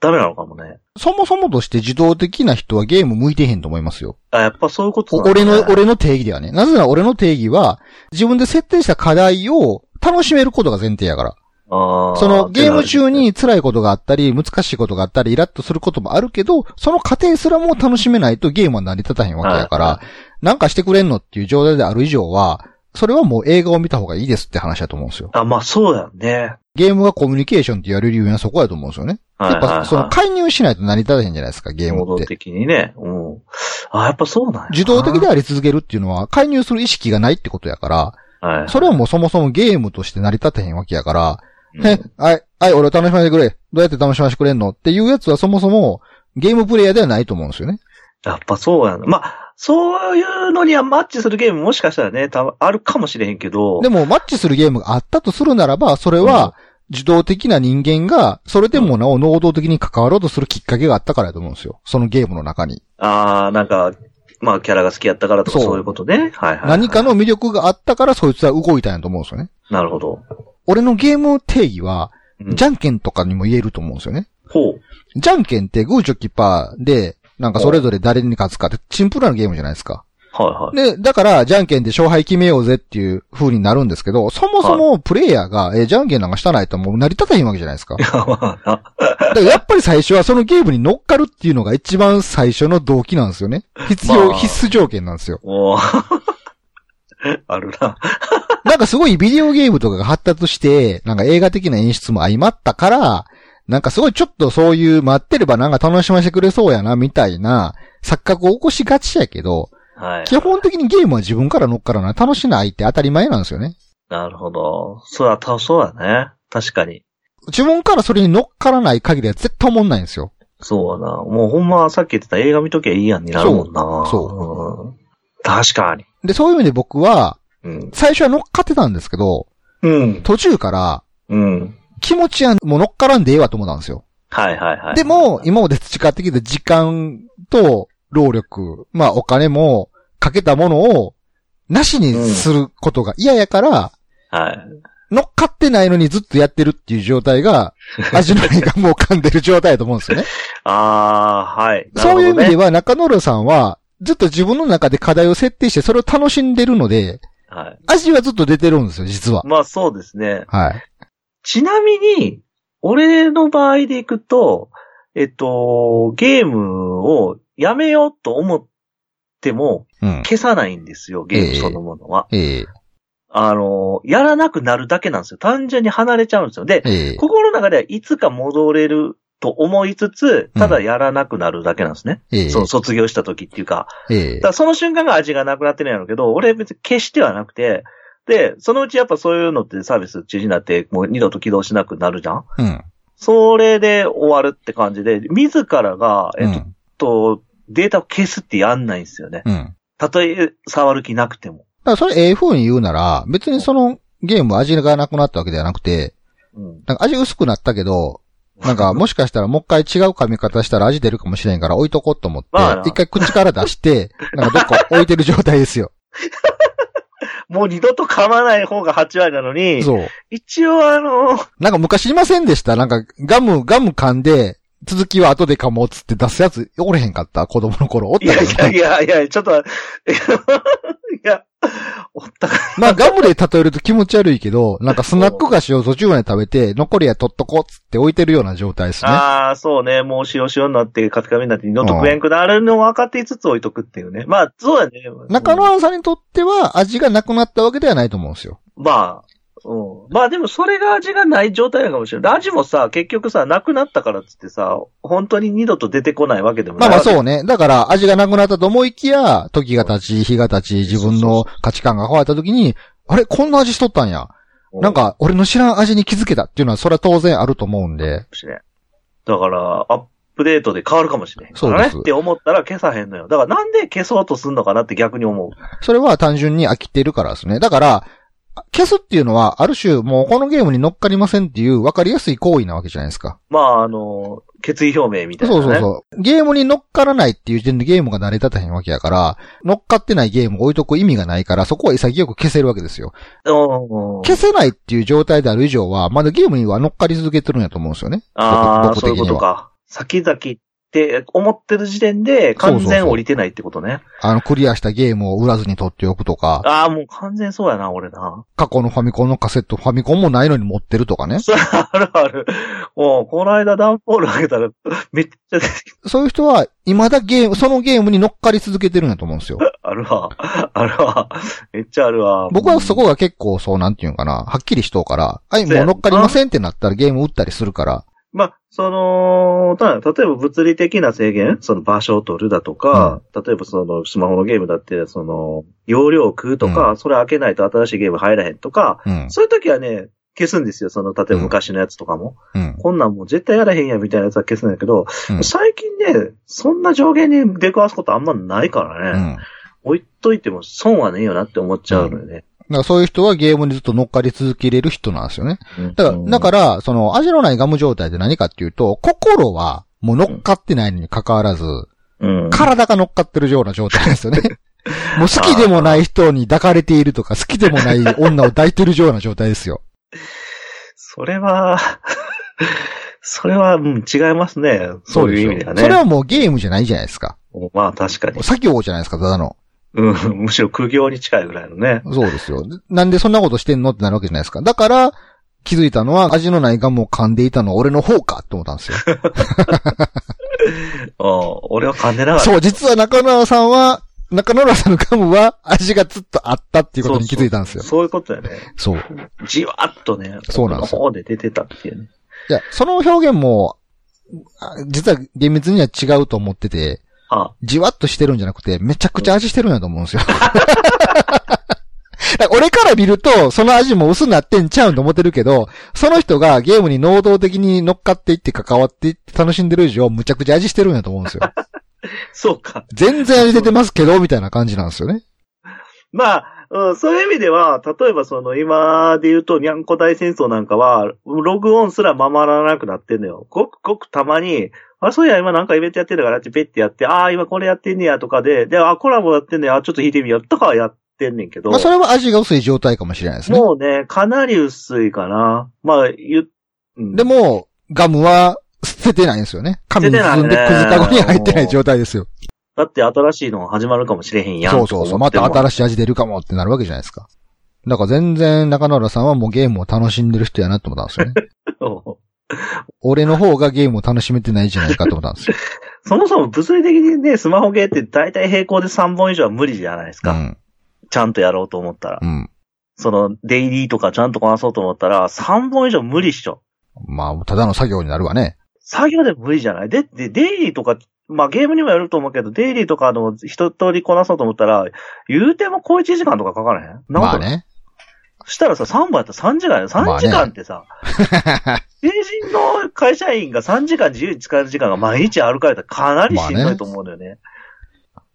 B: ダメなのかもね。
A: そもそもとして自動的な人はゲーム向いてへんと思いますよ。
B: あ、やっぱそういうこと
A: お
B: なんだ
A: 俺
B: ね
A: の、俺の定義ではね。なぜなら俺の定義は、自分で設定した課題を楽しめることが前提やから。
B: あー
A: そのゲーム中、に辛いことがあったり、難しいことがあったり、イラッとすることもあるけど、その過程すらも楽しめないとゲームは成り立たへんわけやか
B: はい
A: ら、なんかしてくれんのっていう状態である以上は、それはもう映画を見た方がいいですって話だと思うんですよ。
B: あ、まあそうだよね。
A: ゲームがコミュニケーションって言われる理由はそこやと思うんですよね。
B: はい
A: やっ
B: はいはい
A: ぱその介入しないと成り立たへんじゃないですか、ゲー
B: 能
A: ムっ
B: 動
A: て。
B: 的にね。うん。あ、やっぱそうなんやな。
A: 自動的であり続けるっていうのは、介入する意識がないってことやから、
B: はい。
A: それはもうそもそもゲームとして成り立てへんわけやから、
B: うん
A: ね、はい、はい、俺を楽しませてくれ。どうやって楽しませてくれんのっていうやつはそもそもゲームプレイヤーではないと思うんですよね。
B: やっぱそうやな。まあ、そういうのにはマッチするゲームもしかしたらね、たあるかもしれへんけど。
A: でも、マッチするゲームがあったとするならば、それは、自動的な人間が、それでもなお能動的に関わろうとするきっかけがあったからだと思うんですよ。そのゲームの中に。
B: ああ、なんか、まあ、キャラが好きやったからとか
A: そう
B: そういうことね。はいはい、はい。
A: 何かの魅力があったから、そいつは動いたんやと思うんですよね。
B: なるほど。
A: 俺のゲーム定義は、
B: うん
A: じゃんけんとかにも言えると思うんですよね。
B: ほう。
A: じゃんけんってグーチョキパーで、なんかそれぞれ誰に勝つかって、シンプルなゲームじゃないですか。
B: はいは
A: で、
B: い。
A: だから、じゃんけんで勝敗決めようぜっていう風になるんですけど、そもそもプレイヤーが、えーじゃんけんなんかしたないともう成り立たへんわけじゃないですか。 [LAUGHS] だ
B: まあな
A: からやっぱり最初はそのゲームに乗っかるっていうのが一番最初の動機なんですよね。必要、
B: まあ
A: 必須条件なんですよ。
B: [LAUGHS]
A: [LAUGHS]
B: おー [LAUGHS] あるな。
A: なんかすごいビデオゲームとかが発達して、なんか映画的な演出も相まったから、なんかすごいちょっとそういう待ってればなんか楽しませてくれそうやなみたいな錯覚を起こしがちやけど、
B: はい。
A: 基本的にゲームは自分から乗っからない、楽しないって当たり前なんですよね。
B: なるほど。そうだ、たそうだね。確かに。
A: 自分からそれに乗っからない限りは絶対思んないんですよ。
B: そうだな。もうほんま、さっき言ってた映画見ときゃいいやんになるもんな。
A: そう
B: う。ん、確かに。
A: で、そういう意味で僕は、
B: うん。
A: 最初は乗っかってたんですけど、
B: うん。
A: 途中から、
B: うん。
A: 気持ちはもう乗っからんでええわと思ったんですよ。
B: はいはいはい。
A: でも、今まで培ってきた時間と労力、まあお金もかけたものを、なしにすることが嫌やから、
B: はい。
A: 乗っかってないのにずっとやってるっていう状態
B: [LAUGHS]
A: が、味のりがもう噛んでる状態だと思うんですよね。
B: ああ、はい。なる
A: そ
B: ほ
A: う
B: ど
A: いう
B: ね
A: 意味では中野さんは、ずっと自分の中で課題を設定してそれを楽しんでるので、
B: はい。
A: 味はずっと出てるんですよ、実は。
B: まあそうですね。
A: はい。
B: ちなみに、俺の場合でいくと、えっと、ゲームをやめようと思っても
A: うん。
B: 消さないんですよ、ゲー
A: え
B: ム
A: え
B: そのものは。
A: ええ
B: あの、やらなくなるだけなんですよ。単純に離れちゃうんですよ。で、
A: ええ
B: 心の中ではいつか戻れると思いつつ、ただやらなくなるだけなんですね。
A: ええ
B: そう、卒業した時っていうか。
A: え
B: だ
A: え
B: からその瞬間が味がなくなってるんやろうけど、俺別に消してはなくて、で、そのうちやっぱそういうのってサービス中止になって、もう二度と起動しなくなるじゃん
A: うん。
B: それで終わるって感じで、自らが、え
A: う
B: っ
A: ん。
B: と、データを消すってやんないんですよね。
A: うん。だか
B: たとえ触る気なくても。
A: らそれええ風に言うなら、別にそのゲーム味がなくなったわけではなくて、
B: うん、
A: なんか味薄くなったけど、なん
B: [LAUGHS]
A: かもしかしたらもう一回違う噛み方したら味出るかもしれんから置いとこうと思って
B: まあな、
A: 一回口から出して、
B: [LAUGHS]
A: なんかどっか置いてる状態ですよ。
B: もう二度と噛まない方が8割なのに、
A: そう。
B: 一応あの、
A: なんか昔いませんでしたなんかガム、ガム噛んで、続きは後でかもっつって出すやつおれへんかった子供の頃。おっ
B: い
A: た
B: や
A: け
B: い
A: ど
B: や
A: ね。
B: いやいや、ちょっと、い [LAUGHS] や、おったか
A: まあガムで例えると気持ち悪いけど、なんかスナック菓子を途中まで食べて、残りは取っとこうっつって置いてるような状態ですね。
B: ああ、そうね。もう塩塩になって、カピカピになって、二度と食えんくなるのを分かっていつつ置いとくっていうね。まあ、そうだね。
A: 中野さんにとっては味がなくなったわけではないと思うんですよ。
B: まあ、うん。まあでもそれが味がない状態なのかもしれない。味もさ、結局さ、なくなったからっつってさ、本当に二度と出てこないわけでも
A: ま
B: な
A: あ
B: い。
A: まあそうね。だから味がなくなったと思いきや、時が経ち、日が経ち、自分の価値観が変わった時に、あれこんな味しとったんや。
B: う
A: なん、か、俺の知らん味に気づけたっていうのは、それは当然あると思うんで
B: か。もしれんだから、アップデートで変わるかもしれん。
A: そうです
B: あれって思ったら消さへんのよ。だからなんで消そうとすんのかなって逆に思う。
A: それは単純に飽きてるからですね。だから、消すっていうのは、ある種、もうこのゲームに乗っかりませんっていう分かりやすい行為なわけじゃないですか。
B: まあ、あの、決意表明みたいな、
A: そうそ
B: ね。
A: うそう。ゲームに乗っからないっていう時点でゲームが慣れたたへんわけやから、乗っかってないゲームを置いとく意味がないから、そこは潔く消せるわけですよ。
B: うんうん
A: 消せないっていう状態である以上は、まだゲームには乗っかり続けてるんやと思うんですよね。
B: ああ、
A: 僕
B: そういう
A: 僕的
B: こ
A: に
B: と
A: は。
B: か。先々って思ってる時点で完
A: そうそう
B: 全
A: そう
B: 降りてないってことね。
A: あの、クリアしたゲームを売らずに取っておくとか、
B: ああ、もう完全そうやな、俺な。
A: 過去のファミコンのカセット、ファミコンもないのに持ってるとかね。
B: それ [LAUGHS] あるある。もう、この間段ボール開けたら、めっちゃ出てき
A: そういう人は、未だゲーム、そのゲームに乗っかり続けてるんだと [LAUGHS] 思うんですよ。
B: た。あるわ。あるわ。めっちゃあるわ。
A: 僕はそこが結構そう、なんていうんかな、はっきりしとうから、はい、もう乗っかりませんってなったらゲーム打ったりするから、
B: まあ、その、ただ例えば物理的な制限、その場所を取るだとか、例えばそのスマホのゲームだって、その、容量を食うとか、
A: う
B: それ開けないと新しいゲーム入らへんとか、
A: うん、
B: そういう時はね、消すんですよ。その、例えば昔のやつとかも。
A: うん、
B: こんなんもう絶対やらへんやみたいなやつは消すんだけど、
A: うん
B: 最近ね、そんな上限に出くわすことあんまないから
A: う
B: ね、
A: ん。だか
B: 置いといても損はねえよなって思っちゃうのよね。
A: らそういう人はゲームにずっと乗っかり続けれる人なんですよね。
B: うん
A: だから、だから、その、味のないガム状態で何かっていうと、心は、もう乗っかってないのに関わらず、
B: うん、
A: 体が乗っかってるような状態です
B: [LAUGHS]
A: よね。もう好きでもない人に抱かれているとか、好きでもない女を抱いてるような状態ですよ。
B: それは、 [LAUGHS] それは、うん、違いますね。 [LAUGHS] そういう意味ではね。
A: それはもうゲームじゃないじゃないですか。
B: まあ確かに。
A: 作業じゃないですか、ただの。
B: うん、むしろ苦行に近いぐらいのね。
A: そうですよ。なんでそんなことしてんのってなるわけじゃないですか。だから、気づいたのは味のないガムを噛んでいたのは俺の方かって思ったんですよ。
B: うん俺は噛んでなかった。
A: そう、実は中野さんは、中野さんのガムは味がずっとあったっていうことに気づいたんですよ。
B: そういうことだよね。
A: そう
B: じわっとね、
A: そうなんですよ
B: この方で出てたっていうね。
A: いや、その表現も、あ実は厳密には違うと思ってて、
B: あ
A: じわっとしてるんじゃなくて、めちゃくちゃ味してるんやと思うんですよ。だから俺から見ると、その味も薄なってんちゃうんと思ってるけど、その人がゲームに能動的に乗っかっていって関わっていって楽しんでる以上、むちゃくちゃ味してるんやと思うんですよ。
B: そうか。
A: 全然味出てますけど、みたいな感じなんですよね。
B: まあ、うん、そういう意味では、例えばその今で言うと、にゃんこ大戦争なんかは、ログオンすらままらなくなってんのよ。ごくごくたまに、あ、そういや、今なんかイベントやってるからってペッてやって、ああ、今これやってんねやとかで、で、あ、コラボやってんねや、あちょっと弾いてみようとかはやってんねんけど、
A: まあそれは味が薄い状態かもしれないですね。
B: もうね、かなり薄いかな。まあ、言う、
A: で
B: も、
A: も、ガムは捨ててないんですよね。紙に包んで
B: 捨ててないね
A: くずかごに入ってない状態ですよ。
B: だって新しいの始まるかもしれへんやん。
A: そうそうそう。また新しい味出るかもってなるわけじゃないですか。だから全然中野原さんはもうゲームを楽しんでる人やなと思ったんですよ
B: [LAUGHS]
A: ね。
B: そう
A: 俺の方がゲームを楽しめてないじゃないかと思ったんですよ。
B: [LAUGHS] そもそも物理的にね、スマホゲーって大体平行で3本以上は無理じゃないです
A: う
B: か。
A: ん。
B: ちゃんとやろうと思ったら。
A: うん。
B: その、デイリーとかちゃんとこなそうと思ったら、3本以上無理っしょ。
A: まあ、ただの作業になるわね。
B: 作業でも無理じゃないで、で、デイリーとか、まあゲームにもやると思うけど、デイリーとかの一通りこなそうと思ったら、言うても小1時間とかかからへんなん
A: ま
B: か、
A: あね。
B: したらさ、3本やったら3時間や
A: まあ
B: 3
A: ね
B: 時間ってさ、成人の会社員が3時間自由に使える時間が毎日歩かれたらかなりしんどいと思うんだよね。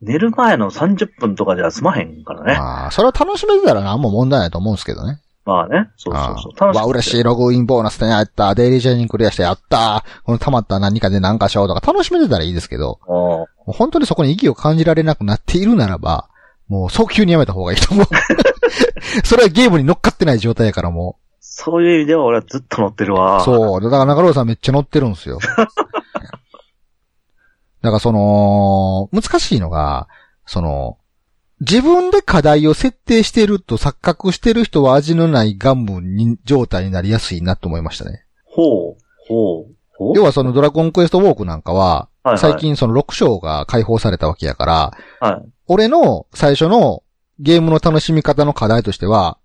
B: 寝る前の30分とかじゃ済まへんからね。
A: まあ、それを楽しめてたら何も問題ないと思うんですけどね。
B: まあね。そうそうそう。楽し
A: わ、
B: くて
A: 嬉しい、ログインボーナスでやった、デイリージャーニングクリアしてやった、この溜まった何かで何かしようとか楽しめてたらいいですけど、
B: うん
A: もう本当にそこに意義を感じられなくなっているならば、 [LAUGHS] もう早急にやめた方がいいと思う。それはゲームに乗っかってない状態やからもう。
B: そういう意味では俺はずっと乗ってるわ。
A: そう。だから中郎さんめっちゃ乗ってるんですよ。だからその、難しいのが、その、自分で課題を設定してると錯覚してる人は味のないガンムに状態になりやすいなと思いましたね。
B: ほう、ほう、ほう。
A: 要はそのドラゴンクエストウォークなんかは、
B: はいはい
A: 最近その6章が解放されたわけやから、
B: は
A: 俺の最初のゲームの楽しみ方の課題としては、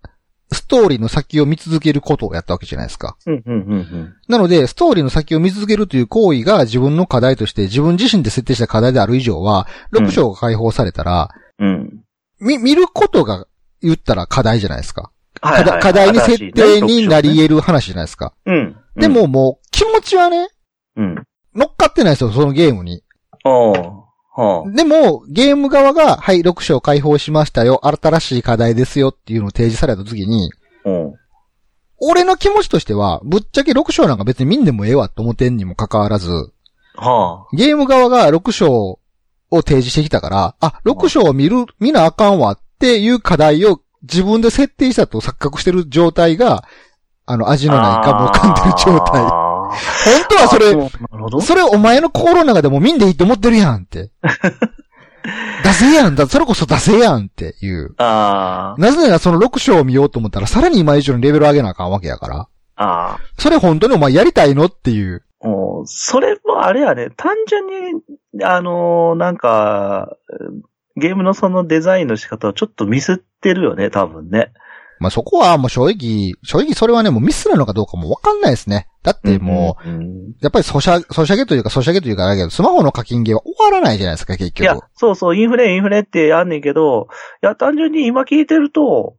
A: ストーリーの先を見続けることをやったわけじゃないですか。
B: い。うん、うん、うん、うん。
A: なので、ストーリーの先を見続けるという行為が自分の課題として、自分自身で設定した課題である以上は、
B: うん
A: 6章が解放されたら、
B: うん。
A: み、見ることが言ったら課題じゃないですか。
B: は
A: 課題課題に設定になり
B: え。
A: 得る話じゃないですか。
B: うん。
A: で、ももう気持ちはね、
B: うん。
A: 乗っかってないですよ、そのゲームに。
B: おーは
A: でも、ゲーム側が、はい、6章解放しましたよ、新しい課題ですよっていうのを提示された時に、
B: あ。うん。
A: 俺の気持ちとしては、ぶっちゃけ6章なんか別に見んでもええわと思ってんにもかかわらず、
B: は
A: ゲーム側が6章を提示してきたから、あ、6章を見る、見なあかんわっていう課題を自分で設定したと錯覚してる状態が、あの、味
B: あ。
A: のないガムを噛んでる状態。本
B: あー
A: 当 [LAUGHS] はそ
B: あ
A: れ、
B: うなるほど。
A: それお前の心の中でも見んでいいと思ってるやんっ
B: [LAUGHS]
A: て。出せやんだ、それこそ出せやんっていう。
B: あ
A: なぜならその6章を見ようと思ったら、さらに今以上にレベル上げなあかんわけやから。
B: あ。ああ。
A: それ本当にお前やりたいのっていう。
B: もう、それもあれやね、単純に、あのーなんか、ゲームのそのデザインの仕方をちょっとミスってるよね、多分ね。
A: まあ、そこはもう正直、正直それはね、もうミスなのかどうかもわかんないですね。だっても
B: うん、うん
A: う、やっぱりソシャ、ソシャゲというか、ソシャゲというかあれやけど、スマホの課金ゲーは終わらないじゃないですか、結
B: いや
A: 局。、
B: そうそう、インフレ、インフレってやんねんけど、いや、単純に今聞いてると、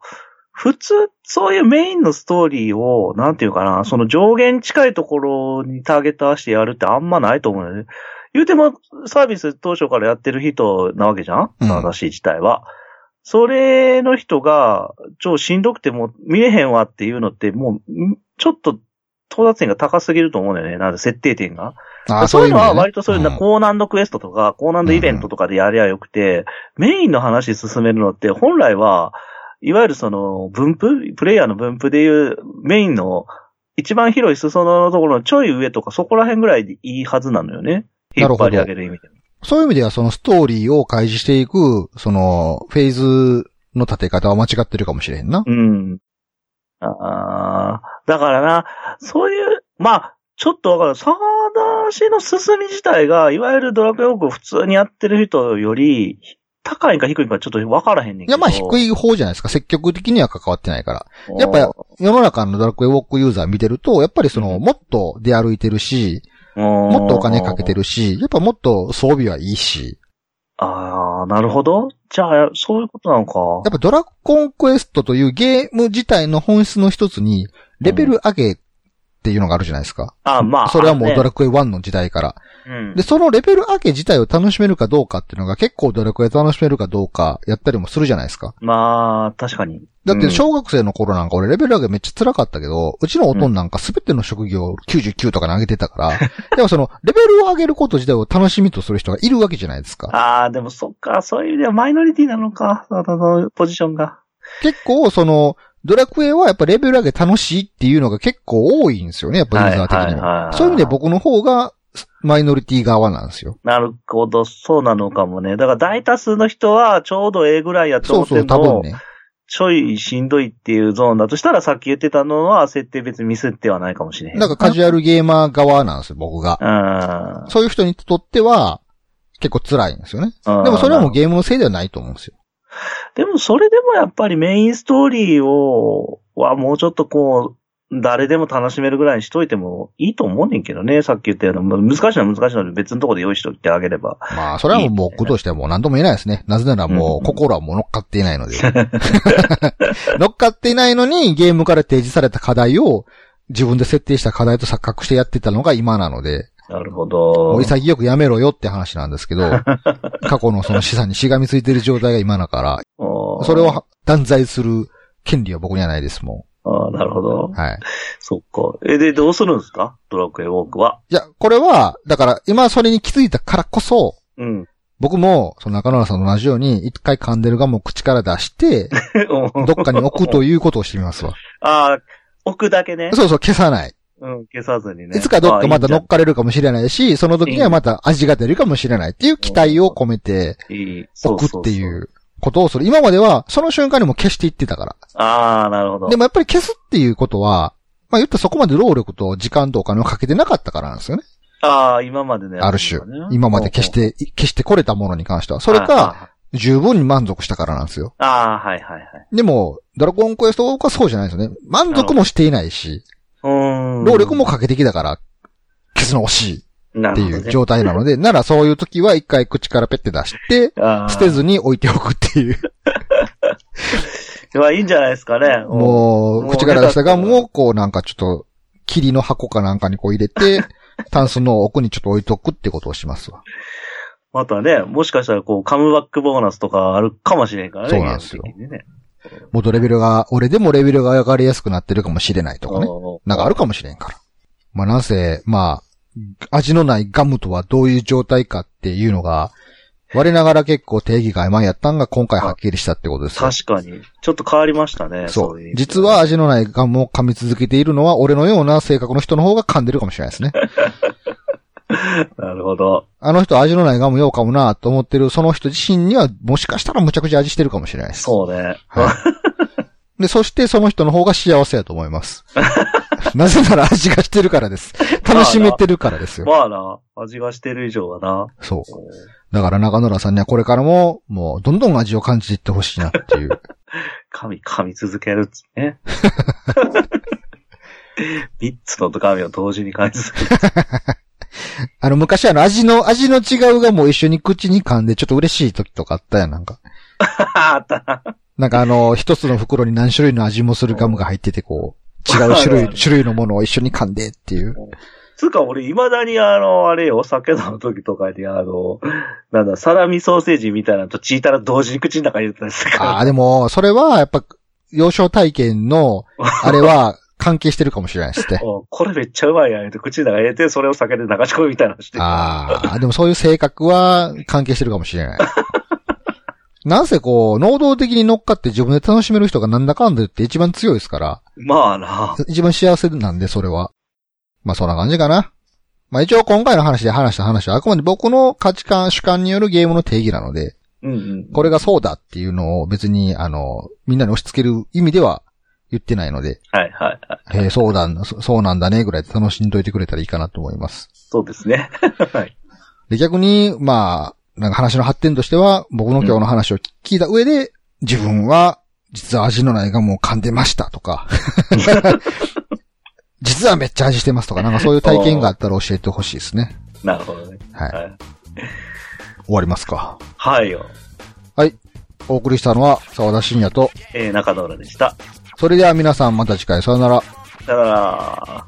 B: 普通、そういうメインのストーリーを、なんていうかな、その上限近いところにターゲット合わせてやるってあんまないと思うよね。言うても、サービス当初からやってる人なわけじゃん
A: うん
B: 私自体は。それの人が、超しんどくてもう見れへんわっていうのって、もうん、ちょっと、到達点が高すぎると思うんだよね。なんで設定点が。
A: あー
B: そういうの
A: 意味で
B: は
A: ね
B: 割とそういうな、
A: ん
B: 高難度クエストとか、高難度イベントとかでやりゃよくて、メインの話進めるのって、本来は、いわゆるその、分布プレイヤーの分布でいう、メインの、一番広い裾野のところのちょい上とか、そこら辺ぐらいでいいはずなのよね。引
A: なる
B: っ
A: ほど
B: 張り上げる意味で。
A: そういう意味では、そのストーリーを開示していく、その、フェーズの立て方は間違ってるかもしれへんな。
B: うん。ああ、だからな、そういう、まあ、ちょっとわかる。サーダシの進み自体が、いわゆるドラクエウォークを普通にやってる人より、高いか低いかちょっとわからへんねん
A: い
B: けど。
A: や、まあ低
B: い。
A: い方じゃないですか。積極的には関わってないから。やっぱ世の中のドラクエウォークユーザー見てると、やっぱりその、もっと出歩いてるし、も
B: も
A: っとお金かけて
B: る。
A: るし、やっぱもっと装備はいいし、
B: ああ、なるほど。じゃあ、そういうことなの
A: や
B: か。
A: っぱドラゴンクエストというゲーム自体の本質の一つに、レベル上げっていうのがあるじゃないですか。
B: あまあ。
A: それはもうド
B: ラ
A: ラクエ1の時代から。
B: うん
A: で、。そのレベル上げ自体を楽しめるかどうかっていうのが結構ドラクエ楽しめるかどうかやったりもするじゃないですか。
B: まあ、確かに。
A: だって
B: うん
A: 小学生の頃なんか俺レベル上げめっちゃ辛かったけど、うちのおとんなんかすべての職業99とかに上げてた [LAUGHS] から、でもそのレベルを上げること自体を楽しみとする人がいるわけじゃないですか。
B: ああ、でもそっか、そういう意味ではマイノリティなのか。そのポジションが。
A: 結構その、ドラクエはやっぱレベル上げ楽しいっていうのが結構多いんですよね、やっぱユーザー的には。
B: は
A: そういう意味で僕の方がマイノリティ側なんですよ。
B: なるほど、そうなのかもね。だから大多数の人はちょうどええぐらいやと
A: そ
B: 思
A: う
B: って
A: そ
B: も、
A: う、多分ね。
B: ちょいしんどいっていうゾーンだとしたら、さっき言ってたのは設定別にミスってはないかもしれへん。
A: なんかカジュアルゲーマー側なんですよ、僕が。
B: うん
A: そういう人にとっては結構辛いんですよね。
B: うん。
A: でもそれはもうゲームのせいではないと思うんですよ。
B: でもそれでもやっぱりメインストーリーを、はもうちょっとこう、誰でも楽しめるぐらいにしといてもいいと思うねんけどね。さっき言ったような、まあ難しいのは難しいので別のところで用意しといてあげれば。
A: まあ、それはもう僕としてはもう何とも言えないですね。なぜならも
B: うん
A: う心はもう乗っかっていない [LAUGHS] ので。乗っかっていないのにゲームから提示された課題を自分で設定した課題と錯覚してやってたのが今なので、
B: なるほど。
A: もう潔くやめろよって話なんですけ [LAUGHS] ど、過去のその資産にしがみついてる状態が今だか
B: うん
A: ら、それを断罪する権利は僕にはないですも
B: ああ、なるほど
A: ん。。はい。
B: そっか。え、で、どうするんですかドラクエウォークは。
A: いや、これは、だから今それに気づいたからこそ、
B: うん。
A: 僕も、その中野さんと同じように、一回 [LAUGHS] 噛んでるガムを口から出して、どっかに置くということをしてみますわ。
B: [LAUGHS] ああ、置くだけね。
A: そうそう、消さない。
B: うん、消さずにね。
A: いつかどっかまた乗っ
B: の
A: かれるかもしれないし、その時にはまた味が出るかもしれないっていう期待を込めて置くってい。
B: いいう
A: ことをする。今まではその瞬間にも消していってたから。
B: ああ、なるほど。
A: でもやっぱり消すっていうことは、まあ言ったらそこまで労力と時間とお金をかけてなかったからなんですよね。
B: ああ、今までね。
A: ある種。今まで消して、消してこれたものに関しては。それか、十分に満足したからなんですよ。
B: ああ、はいはいはい。
A: でも、ドラゴンクエストはそうじゃないですよね。満足もしていないし、
B: うーん。
A: 労力もかけてきたから、消すの惜しいっ
B: って
A: いう状態なので、な [LAUGHS] らそういう時は一回口からペッて出して、捨てずに置いておくっていう。
B: に。まあいいんじゃないですかね。
A: もう、
B: もう
A: 口から出したガムを、こうなんかちょっと、霧の箱かなんかにこう入れて、タンスの奥にちょっと置いとくってことをしますわ。
B: またね、もしかしたらこう、カムバックボーナスとかあるかもしれんからね。
A: そうなんですよ
B: ゲーム的にね
A: もっとレベルが、俺でもレベルが上がりやすくなってるかもしれないとかね。
B: うん
A: なんかあるかもしれんから。まあ、なんせ、まあ、味のないガムとはどういう状態かっていうのが、我ながら結構定義が曖昧やったんが今回はっきりしたってことですよ。
B: 確かに。ちょっと変わりましたね。
A: そ
B: そうういう意味で。
A: 実は味のないガムを噛み続けているのは俺のような性格の人の方が噛んでるかもしれないですね。 [LAUGHS]
B: なるほど。
A: あの人味のないガムよう噛むなと思ってるその人自身にはもしかしたらむちゃくちゃ味してるかもしれないです。
B: そうね。 [LAUGHS]
A: はい。で、そしてその人の方が幸せやと思います。 [LAUGHS] なぜなら味がしてるから
B: [LAUGHS]
A: です。楽しめてるからですよ。
B: まあな、味がしてる以上はな。
A: そう。だから中野良さんにはこれからも、もう、どんどん味を感じていってほしいなっていう。 [LAUGHS]
B: 噛み、噛み続けるっつね。三つの噛みを同時に噛み続ける。
A: あの、昔あの、味の、味の違うがもう一緒に口に噛んで、ちょっと嬉しい時とかあったやん、なんか。
B: あったな。
A: なんかあの、一つの袋に何種類の味もするガムが入ってて、こう、違う種
B: あるあ
A: 類、
B: る
A: 種類のものを一緒に噛んでっていう。
B: つうか俺、未だにあの、あれよ、お酒飲む時とかに、あの、なんだ、サラミソーセージみたいなのとチータラ同時に口の中に入れてたりする
A: あ
B: か
A: あ、でも、それは、やっぱ、幼少体験の、あれは、関係してるかもしれないですね
B: ら。。おこれめっちゃうまいやんって口の中に入れて、それを酒で流し込むみたいなのして。
A: ああ、でもそういう性格は関係してるかもしれない。なんせこう、能動的に乗っかって自分で楽しめる人がなんだかんだ言って一番強いですから、
B: まあな。
A: 一番幸せなんで、それは。まあそんな感じかな。まあ一応今回の話で話した話はあくまで僕の価値観、主観によるゲームの定義なので、
B: うんうん。
A: これがそうだっていうのを別に、あの、みんなに押し付ける意味では言ってないので、
B: はいはいはい。
A: えーそうだん、そそうなんだねぐらいで楽しんどいてくれたらいいかなと思います。
B: そうですね。はい。
A: で、逆に、まあ、なんか話の発展としては、僕の今日の話を聞いた上で、自分は、実は味のないガムを噛んでましたとか、 [LAUGHS] 実はめっちゃ味してますとか、なんかそういう体験があったら教えてほしいですね。
B: なるほどね。
A: はい。
B: はい
A: 終わりますか。
B: はいよ。
A: お送りしたのは、沢田信也と、
B: えー、中野浦でした。
A: それでは皆さんまた次回さよなら。
B: さよなら。